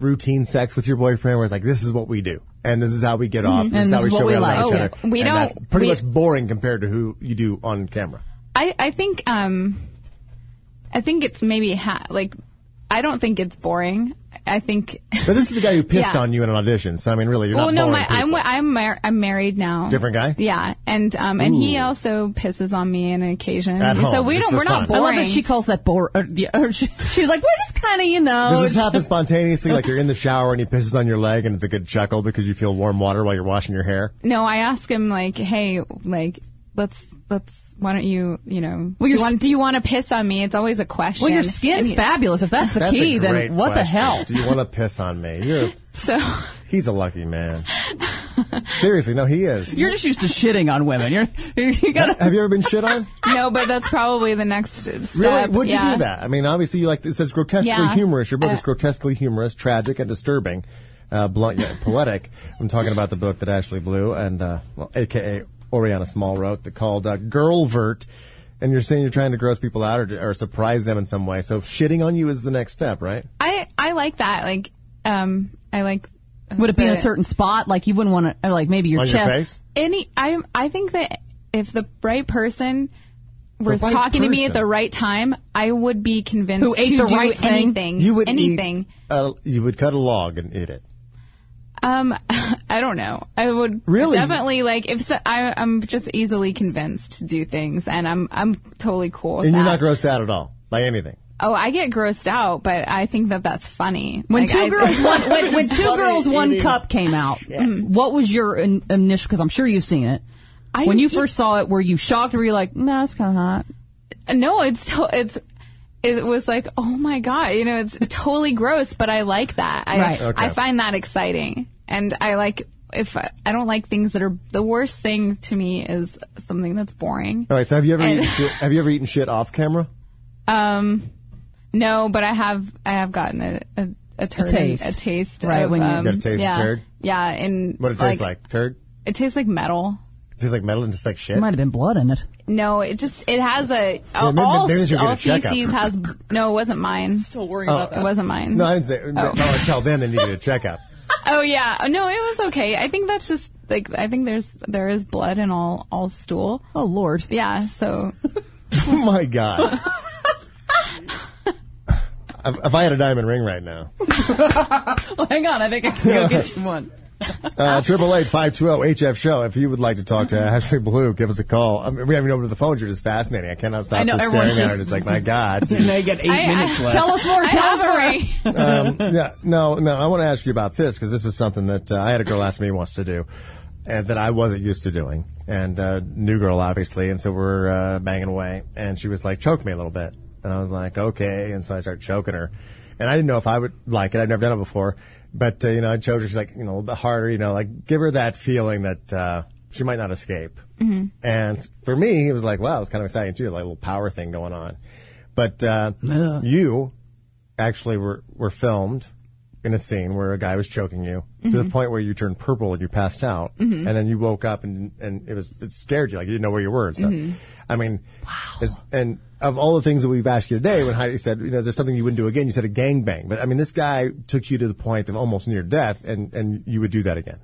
Speaker 2: routine sex with your boyfriend where it's like this is what we do and this is how we
Speaker 5: Mm-hmm.
Speaker 2: get off, this
Speaker 3: And
Speaker 2: is how
Speaker 3: this
Speaker 2: we
Speaker 3: is what
Speaker 2: show
Speaker 3: we
Speaker 2: we
Speaker 3: like.
Speaker 2: love each
Speaker 5: Oh,
Speaker 2: other?
Speaker 5: we
Speaker 2: and
Speaker 5: don't-
Speaker 2: That's pretty
Speaker 5: we-
Speaker 2: much boring compared to who you do on camera.
Speaker 5: I, I think um, I think it's maybe ha- like I don't think it's boring. I think
Speaker 2: But this is the guy who pissed
Speaker 5: Yeah.
Speaker 2: on you in an audition, so I mean, really, you're
Speaker 5: well,
Speaker 2: not.
Speaker 5: no,
Speaker 2: boring
Speaker 5: my I'm
Speaker 2: people.
Speaker 5: I'm mar- I'm married now.
Speaker 2: Different guy?
Speaker 5: Yeah, and um, and he also pisses on me on occasion.
Speaker 2: At
Speaker 5: so
Speaker 2: home,
Speaker 5: we
Speaker 2: just
Speaker 5: don't.
Speaker 2: for
Speaker 5: We're not
Speaker 2: fun.
Speaker 3: I
Speaker 5: boring.
Speaker 3: love that she calls that bore. Or, the- or she, she's like, we're just kind of, you know.
Speaker 2: Does this happen spontaneously? Like you're in the shower and he pisses on your leg and it's a good chuckle because you feel warm water while you're washing your hair?
Speaker 5: no, I ask him like, hey, like let's let's. Why don't you, you know, do,
Speaker 3: your
Speaker 5: you want,
Speaker 3: s-
Speaker 5: do you want to piss on me? It's always a question.
Speaker 3: well, your skin's
Speaker 5: And-
Speaker 3: fabulous. If that's the
Speaker 2: That's
Speaker 3: key,
Speaker 2: a great
Speaker 3: then what the
Speaker 2: question.
Speaker 3: hell?
Speaker 2: Do you want to piss on me? You're,
Speaker 5: So
Speaker 2: he's a lucky man. Seriously, no, he is.
Speaker 3: You're just used to shitting on women. You're, you're you gotta.
Speaker 2: Have you ever been shit on?
Speaker 5: no, but that's probably the next step.
Speaker 2: Really? Would you
Speaker 5: Yeah.
Speaker 2: do that? I mean, obviously, you like it says grotesquely
Speaker 5: Yeah.
Speaker 2: humorous. Your book is
Speaker 5: Uh,
Speaker 2: grotesquely humorous, tragic, and disturbing, uh, blunt yet poetic. I'm talking about the book that Ashley Blue and uh, well, AKA Oriana Small wrote, that called uh, Girlvert. And you're saying you're trying to gross people out or, or surprise them in some way. So shitting on you is the next step, right?
Speaker 5: I I like that. Like um, I like
Speaker 3: Would it be in a
Speaker 5: the-
Speaker 3: certain spot? Like you wouldn't want to, like maybe your
Speaker 2: on
Speaker 3: chest.
Speaker 2: your face.
Speaker 5: any. I I think that if the right person was
Speaker 2: right
Speaker 5: talking to me at
Speaker 2: person.
Speaker 5: the right time, I would be convinced
Speaker 3: Who ate
Speaker 5: to
Speaker 3: the
Speaker 5: do
Speaker 3: right thing?
Speaker 5: anything.
Speaker 2: You would eat-
Speaker 5: anything.
Speaker 2: uh, you would cut a log and eat it.
Speaker 5: Um, I don't know. I would
Speaker 2: Really?
Speaker 5: definitely like if so, I, I'm just easily convinced to do things, and I'm I'm totally cool. With
Speaker 2: And you're
Speaker 5: that.
Speaker 2: not grossed out at all by anything.
Speaker 5: oh, I get grossed out, but I think that that's funny.
Speaker 3: When
Speaker 5: Like,
Speaker 3: two
Speaker 5: I-
Speaker 3: girls one when, when two
Speaker 2: funny
Speaker 3: girls one
Speaker 2: eating.
Speaker 3: cup came out, mm, what was your in, initial? Because I'm sure you've seen it.
Speaker 5: I
Speaker 3: when you
Speaker 5: didn't eat-
Speaker 3: first saw it, were you shocked or were you like, nah, it's kind of hot?
Speaker 5: No, it's to- it's it was like oh my god, you know, it's totally gross, but I like that. I
Speaker 3: Right.
Speaker 2: Okay.
Speaker 5: I find that exciting, and I like if I, I don't like things that are the worst thing to me is something that's boring.
Speaker 2: All right. So have you ever
Speaker 5: And-
Speaker 2: eaten shit, have you ever eaten shit off camera?
Speaker 5: Um, no, but I have I have gotten a a, a turd,
Speaker 3: taste.
Speaker 5: a taste
Speaker 3: Right,
Speaker 5: of,
Speaker 3: when you-
Speaker 5: um,
Speaker 2: Got a taste of
Speaker 5: yeah,
Speaker 2: turd?
Speaker 5: yeah, and
Speaker 2: What it tastes like? Turd.
Speaker 5: It tastes like metal.
Speaker 2: It tastes like metal and tastes like shit.
Speaker 3: It might have been blood in it.
Speaker 5: No, it just it has a all,
Speaker 2: maybe-
Speaker 5: all,
Speaker 2: maybe they should get a checkup.
Speaker 5: feces has no. It wasn't mine.
Speaker 3: Still worrying
Speaker 5: It wasn't mine.
Speaker 2: no, I didn't say. No, until then, they needed a checkup.
Speaker 5: Oh yeah, no, it was okay. I think that's just like I think there's there is blood in all all stool.
Speaker 3: Oh Lord!
Speaker 5: Yeah, so
Speaker 2: Oh my god. If if I had a diamond ring right now,
Speaker 3: Hang on, I think I can go get you one.
Speaker 2: uh, triple eight five two zero HF show. If you would like to talk to Ashley Blue, give us a call. I mean, we haven't opened the phones. You're just fascinating. I cannot stop
Speaker 3: I know,
Speaker 2: just staring
Speaker 3: everyone's
Speaker 2: at her.
Speaker 3: just-
Speaker 2: Just like my god.
Speaker 4: And I got eight
Speaker 5: I- I-
Speaker 4: minutes left.
Speaker 3: Tell us more.
Speaker 5: I
Speaker 3: Tell us
Speaker 5: have
Speaker 3: more.
Speaker 5: a-
Speaker 2: um, yeah, no, no. I want to ask you about this because this is something that uh, I had a girl ask me once to do, and that I wasn't used to doing. And uh, new girl, obviously, and so we're uh, banging away, and she was like, "Choke me a little bit," and I was like, "Okay," and so I started choking her, and I didn't know if I would like it. I'd never done it before, but uh, you know, I choked her. She's like, you know, a little bit harder, you know, like give her that feeling that. Uh, she might not escape. And for me, it was like, wow, it was kind of exciting too, like a little power thing going on. But uh, you actually were, were filmed in a scene where a guy was choking you to the point where you turned purple and you passed out, and then you woke up and and it was it scared you like you didn't know where you were. And stuff. I mean, is, and of all the things that we've asked you today, when Heidi said, you know, is there something you wouldn't do again? You said a gangbang, but I mean, this guy took you to the point of almost near death, and and you would do that again.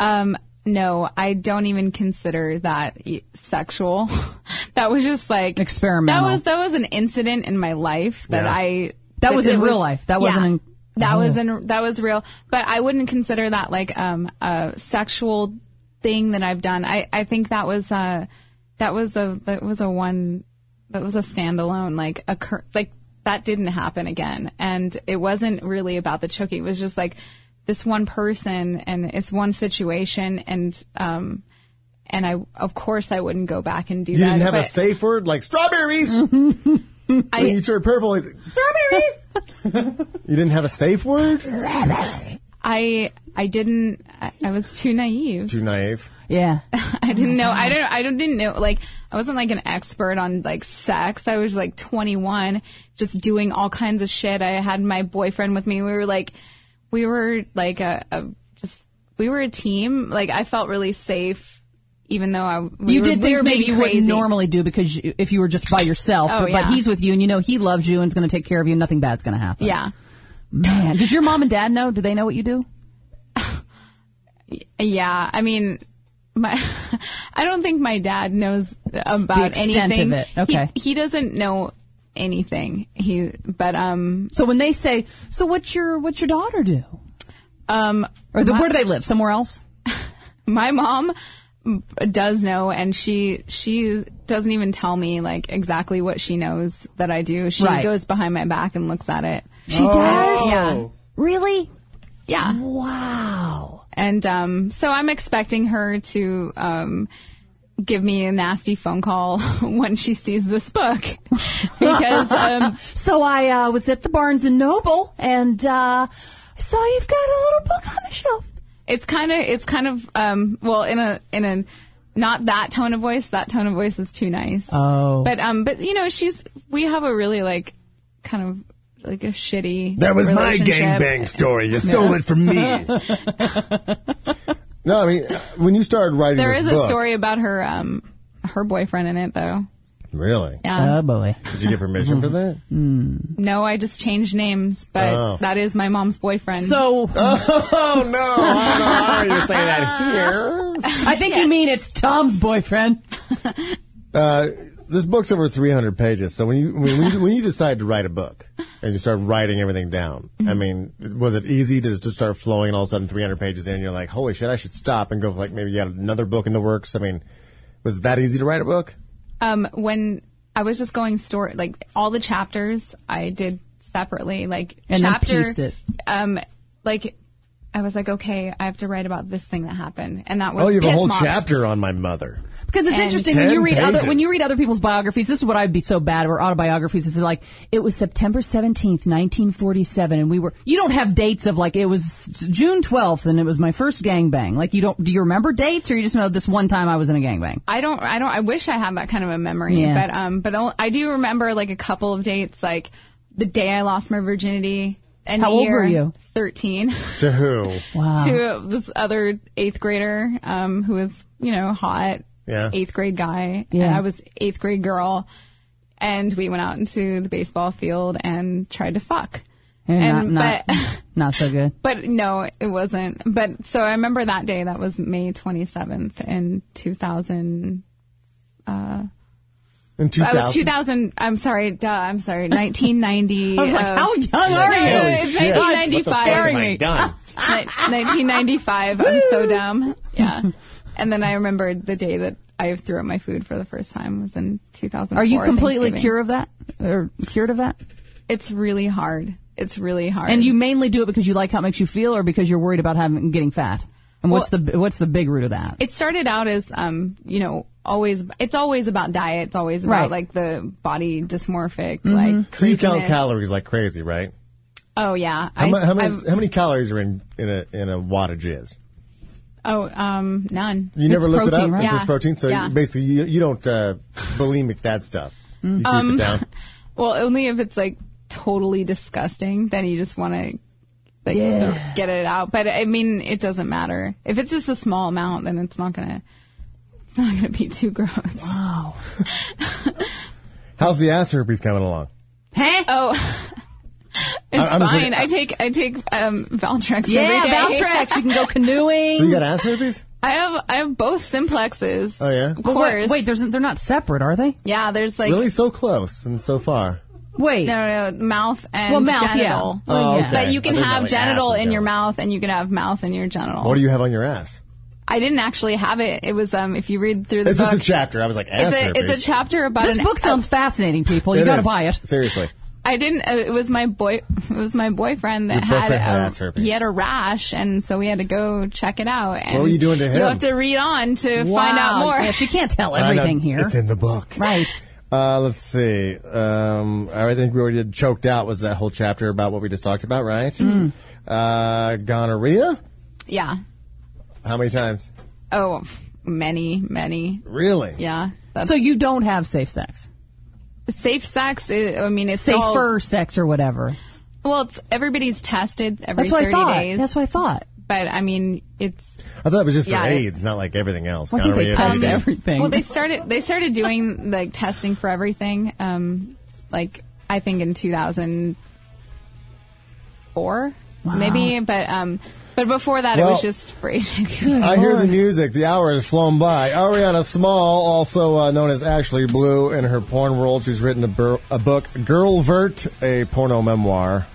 Speaker 5: Um, no, I don't even consider that e- sexual. that was just like
Speaker 3: Experimental.
Speaker 5: That was that was an incident in my life that
Speaker 2: Yeah.
Speaker 5: I
Speaker 3: That was
Speaker 5: it
Speaker 3: in real life. That wasn't in- Oh.
Speaker 5: that was in that was real, but I wouldn't consider that like um a sexual thing that I've done. I I think that was uh that was a that was a one that was a standalone like a cur- like that didn't happen again and it wasn't really about the choking it was just like this one person and it's one situation and um and I of course I wouldn't go back and do
Speaker 2: You
Speaker 5: that
Speaker 2: didn't have a
Speaker 5: but
Speaker 2: safe word like strawberries.
Speaker 5: I-
Speaker 2: when you turned purple, it's, strawberry. you didn't have a safe word.
Speaker 5: I I didn't. I, I was too naive.
Speaker 2: Too naive.
Speaker 3: Yeah.
Speaker 5: I didn't know. I don't. I don't, didn't know. Like I wasn't like an expert on like sex. I was like 21, just doing all kinds of shit. I had my boyfriend with me. We were like, we were like a, a just we were a team. Like I felt really safe, even though I we
Speaker 3: you
Speaker 5: were,
Speaker 3: did
Speaker 5: we
Speaker 3: things
Speaker 5: were
Speaker 3: maybe
Speaker 5: being
Speaker 3: you wouldn't
Speaker 5: crazy.
Speaker 3: normally do because you, if you were just by yourself,
Speaker 5: Oh,
Speaker 3: but,
Speaker 5: yeah.
Speaker 3: but he's with you and you know he loves you and is going to take care of you and nothing bad's going to happen.
Speaker 5: Yeah.
Speaker 3: Man, does your mom and dad know? Do they know what you do?
Speaker 5: Yeah, I mean, my I don't think my dad knows about
Speaker 3: The extent of
Speaker 5: anything.
Speaker 3: it, okay.
Speaker 5: he, he doesn't know anything. He, but um,
Speaker 3: So when they say, "So what's your what's your daughter do?"
Speaker 5: um,
Speaker 3: Or the, where do they live? Somewhere else?
Speaker 5: my mom does know, and she she doesn't even tell me like exactly what she knows that I do. She
Speaker 3: Right.
Speaker 5: goes behind my back and looks at it.
Speaker 3: She does.
Speaker 5: Yeah,
Speaker 3: Really?
Speaker 5: yeah.
Speaker 3: Wow.
Speaker 5: And um, so I'm expecting her to um, give me a nasty phone call when she sees this book because um,
Speaker 3: So I uh, was at the Barnes and Noble and uh, I saw you've got a little book on the shelf.
Speaker 5: it's kind of it's kind of um, well in a in a not that tone of voice. That tone of voice is too nice.
Speaker 3: Oh.
Speaker 5: but um, but you know she's we have a really like kind of like a shitty
Speaker 2: That was my
Speaker 5: relationship.
Speaker 2: gangbang story. You stole it from me. no, I mean, when you started writing
Speaker 5: There
Speaker 2: this
Speaker 5: is a
Speaker 2: book-
Speaker 5: story about her um her boyfriend in it though.
Speaker 2: Really?
Speaker 5: Yeah.
Speaker 3: boy.
Speaker 2: Did you get permission for that?
Speaker 5: no, I just changed names, but
Speaker 2: Oh.
Speaker 5: that is my mom's boyfriend.
Speaker 3: So
Speaker 2: Oh no! How dare you say that here?
Speaker 3: I think you mean it's Tom's boyfriend.
Speaker 2: This book's over 300 pages. So when you when you, when you decide to write a book and you start writing everything down, I mean, was it easy to just start flowing and all of a sudden 300 pages in? You're like, holy shit! I should stop and go like maybe you got another book in the works. I mean, was it that easy to write a book?
Speaker 5: um, when I was just going store, like all the chapters I did separately, like
Speaker 3: And then
Speaker 5: chapter,
Speaker 3: pieced it.
Speaker 5: um, like I was like, okay, I have to write about this thing that happened, and that was
Speaker 2: Oh, you have a
Speaker 5: piss
Speaker 2: whole
Speaker 5: moss.
Speaker 2: chapter on my mother.
Speaker 3: Because it's
Speaker 5: And-
Speaker 3: interesting when you read
Speaker 2: Ten
Speaker 3: other
Speaker 2: pages.
Speaker 3: when you read other people's biographies. This is what I'd be so bad or autobiographies. Is like it was September seventeenth, nineteen forty seven, and we were. You don't have dates of like it was June twelfth, and it was my first gangbang. Like you don't. Do you remember dates, or you just know this one time I was in a gangbang?
Speaker 5: I don't, I don't, I wish I had that kind of a memory,
Speaker 3: Yeah.
Speaker 5: but um, but I'll- I do remember like a couple of dates, like the day I lost my virginity. And
Speaker 3: How
Speaker 5: the
Speaker 3: old
Speaker 5: year,
Speaker 3: were you?
Speaker 5: Thirteen.
Speaker 2: To who?
Speaker 3: Wow.
Speaker 5: to this other eighth grader um, who was, you know, hot
Speaker 2: Yeah.
Speaker 5: eighth grade guy. And
Speaker 3: Yeah.
Speaker 5: I was eighth grade girl. And we went out into the baseball field and tried to fuck.
Speaker 3: And
Speaker 5: And-
Speaker 3: Eh, not,
Speaker 5: but-
Speaker 3: not, not so good.
Speaker 5: But no, it wasn't. But so I remember that day. That was May 27th in 2000.
Speaker 2: In
Speaker 5: I
Speaker 2: 2000.
Speaker 5: was 2000. I'm sorry. Duh. I'm sorry. 1990.
Speaker 3: I was like,
Speaker 5: uh,
Speaker 3: how young are
Speaker 5: no,
Speaker 3: you?
Speaker 5: no, it's
Speaker 2: shit.
Speaker 3: What the fuck?
Speaker 5: 1995.
Speaker 3: Scaring me.
Speaker 2: done?
Speaker 5: Ni- 1995. I'm so dumb. Yeah. And then I remembered the day that I threw up my food for the first time was in 2004.
Speaker 3: Are you completely
Speaker 5: Thanksgiving.
Speaker 3: cured of that, or cured of that?
Speaker 5: It's really hard. It's really hard.
Speaker 3: And you mainly do it because you like how it makes you feel, or because you're worried about having getting fat. And what's the what's the big root of that?
Speaker 5: It started out as, um, you know, always. It's always about diet. It's always about
Speaker 3: Right.
Speaker 5: like the body dysmorphic. Like,
Speaker 2: Mm-hmm. So you count
Speaker 5: craziness.
Speaker 2: calories like crazy, right?
Speaker 5: Oh yeah.
Speaker 2: How,
Speaker 5: I-
Speaker 2: mu- how many
Speaker 5: I've-
Speaker 2: how many calories are in in a in a wad of jizz?
Speaker 5: Oh, um, none.
Speaker 2: You never looked it up.
Speaker 3: protein, right?
Speaker 2: It's
Speaker 5: Yeah.
Speaker 2: just protein. So
Speaker 5: Yeah.
Speaker 2: you, basically, you, you don't uh, bulimic that stuff. You keep
Speaker 5: Um,
Speaker 2: it down.
Speaker 5: Well, only if it's like totally disgusting, then you just want to like get it out. But I mean, it doesn't matter. If it's just a small amount, then it's not gonna it's not gonna be too gross.
Speaker 2: How's the ass herpes coming along?
Speaker 3: Huh?
Speaker 5: Oh. It's
Speaker 2: I- I'm just
Speaker 5: fine.
Speaker 2: like- uh
Speaker 5: I take I take um, Valtrex.
Speaker 3: Yeah,
Speaker 5: every day.
Speaker 3: Valtrex. You can go canoeing.
Speaker 2: So you got ass herpes?
Speaker 5: I have I have both simplexes.
Speaker 2: Oh, yeah? But
Speaker 5: of course.
Speaker 3: But Wait, wait there's, they're not separate, are they?
Speaker 5: yeah, there's like
Speaker 2: Really? So close and so far.
Speaker 3: Wait.
Speaker 5: no, no, no mouth and
Speaker 3: Well, mouth, yeah.
Speaker 5: genital.
Speaker 3: Well,
Speaker 2: Oh,
Speaker 3: yeah.
Speaker 2: okay.
Speaker 5: But you can
Speaker 2: I didn't know,
Speaker 5: have
Speaker 2: like,
Speaker 5: genital
Speaker 2: ass and
Speaker 5: in your
Speaker 2: genital.
Speaker 5: mouth, and you can have mouth in your genital.
Speaker 2: What do you have on your ass?
Speaker 5: I didn't actually have it. It was um if you read through the
Speaker 2: It's
Speaker 5: book,
Speaker 2: just a chapter. I was like, ass
Speaker 5: it's a,
Speaker 2: herpes.
Speaker 5: it's a chapter about
Speaker 3: This
Speaker 5: an,
Speaker 3: book sounds fascinating, people. You
Speaker 2: It
Speaker 3: got to
Speaker 2: is.
Speaker 3: buy it.
Speaker 2: Seriously.
Speaker 5: I didn't. uh, It was my boy. It was my boyfriend that
Speaker 2: Your boyfriend had
Speaker 5: had.
Speaker 2: ass
Speaker 5: A,
Speaker 2: herpes.
Speaker 5: he had a rash, and so we had to go check it out. And
Speaker 2: were you doing to
Speaker 5: You
Speaker 2: him?
Speaker 5: have to read on to find out
Speaker 3: Wow.
Speaker 5: more.
Speaker 3: Yeah, she can't tell
Speaker 2: I know.
Speaker 3: everything here.
Speaker 2: It's in the book.
Speaker 3: right.
Speaker 2: Uh, let's
Speaker 5: Hmm.
Speaker 2: see. Um, I think we already did choked out was that whole chapter about what we just talked about, right? Uh, gonorrhea?
Speaker 5: Yeah.
Speaker 2: How many times?
Speaker 5: Oh, many, many.
Speaker 2: Really?
Speaker 5: Yeah. That's
Speaker 3: So you don't have safe sex,
Speaker 5: safe sex. uh, i I mean, it's
Speaker 3: safer
Speaker 5: all-
Speaker 3: sex or whatever.
Speaker 5: well, it's, everybody's tested every
Speaker 3: That's what I
Speaker 5: 30
Speaker 3: thought.
Speaker 5: days.
Speaker 3: That's what I thought.
Speaker 5: but I mean, it's
Speaker 2: I thought it was just
Speaker 5: Yeah,
Speaker 2: for
Speaker 5: it-
Speaker 2: AIDS, not like everything else.
Speaker 3: Why do they
Speaker 2: Gonorrhea,
Speaker 3: test
Speaker 2: everything.
Speaker 3: everything?
Speaker 5: Well, they started they started doing like testing for everything. Um, like I think in 2004, maybe. But um, but before that, it
Speaker 2: Well-
Speaker 5: was just for HIV.
Speaker 2: I hear the music. The hour has flown by. Ariana Small, also uh, known as Ashley Blue, in her porn world, she's written a, bur- a book, Girlvert, a porno memoir.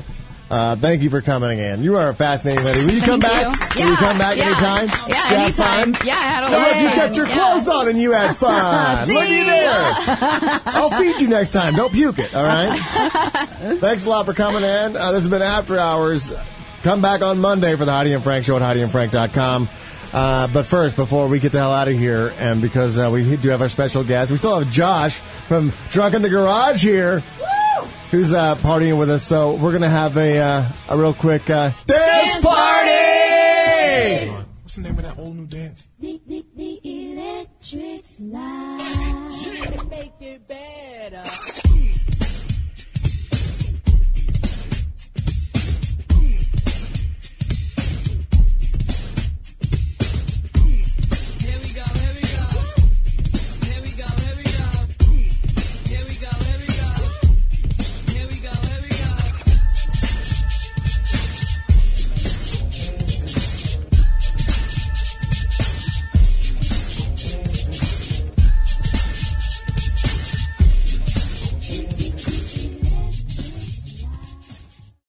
Speaker 2: Uh, thank you for coming in. You are a fascinating lady. Will you come back?
Speaker 5: Yeah,
Speaker 2: Will you come back
Speaker 5: yeah.
Speaker 2: anytime? Did
Speaker 5: Yeah,
Speaker 2: you have
Speaker 5: anytime.
Speaker 2: fun?
Speaker 5: Yeah, I had a
Speaker 2: Look,
Speaker 5: lot of
Speaker 2: you
Speaker 5: fun.
Speaker 2: kept your
Speaker 5: Yeah.
Speaker 2: clothes on and you had fun. Look at you there. I'll feed you next time. Don't puke it, all right? Thanks a lot for coming in. Uh, this has been After Hours. Come back on Monday for the Heidi and Frank show at HeidiandFrank.com. Uh, but first, before we get the hell out of here, and because uh, we do have our special guest, we still have Josh from Drunk in the Garage here, who's uh, partying with us. So we're going to have a, uh, a real quick uh, dance, party!
Speaker 7: What's the name of that whole new dance?
Speaker 8: The, the, the electric slide.
Speaker 9: Make it better.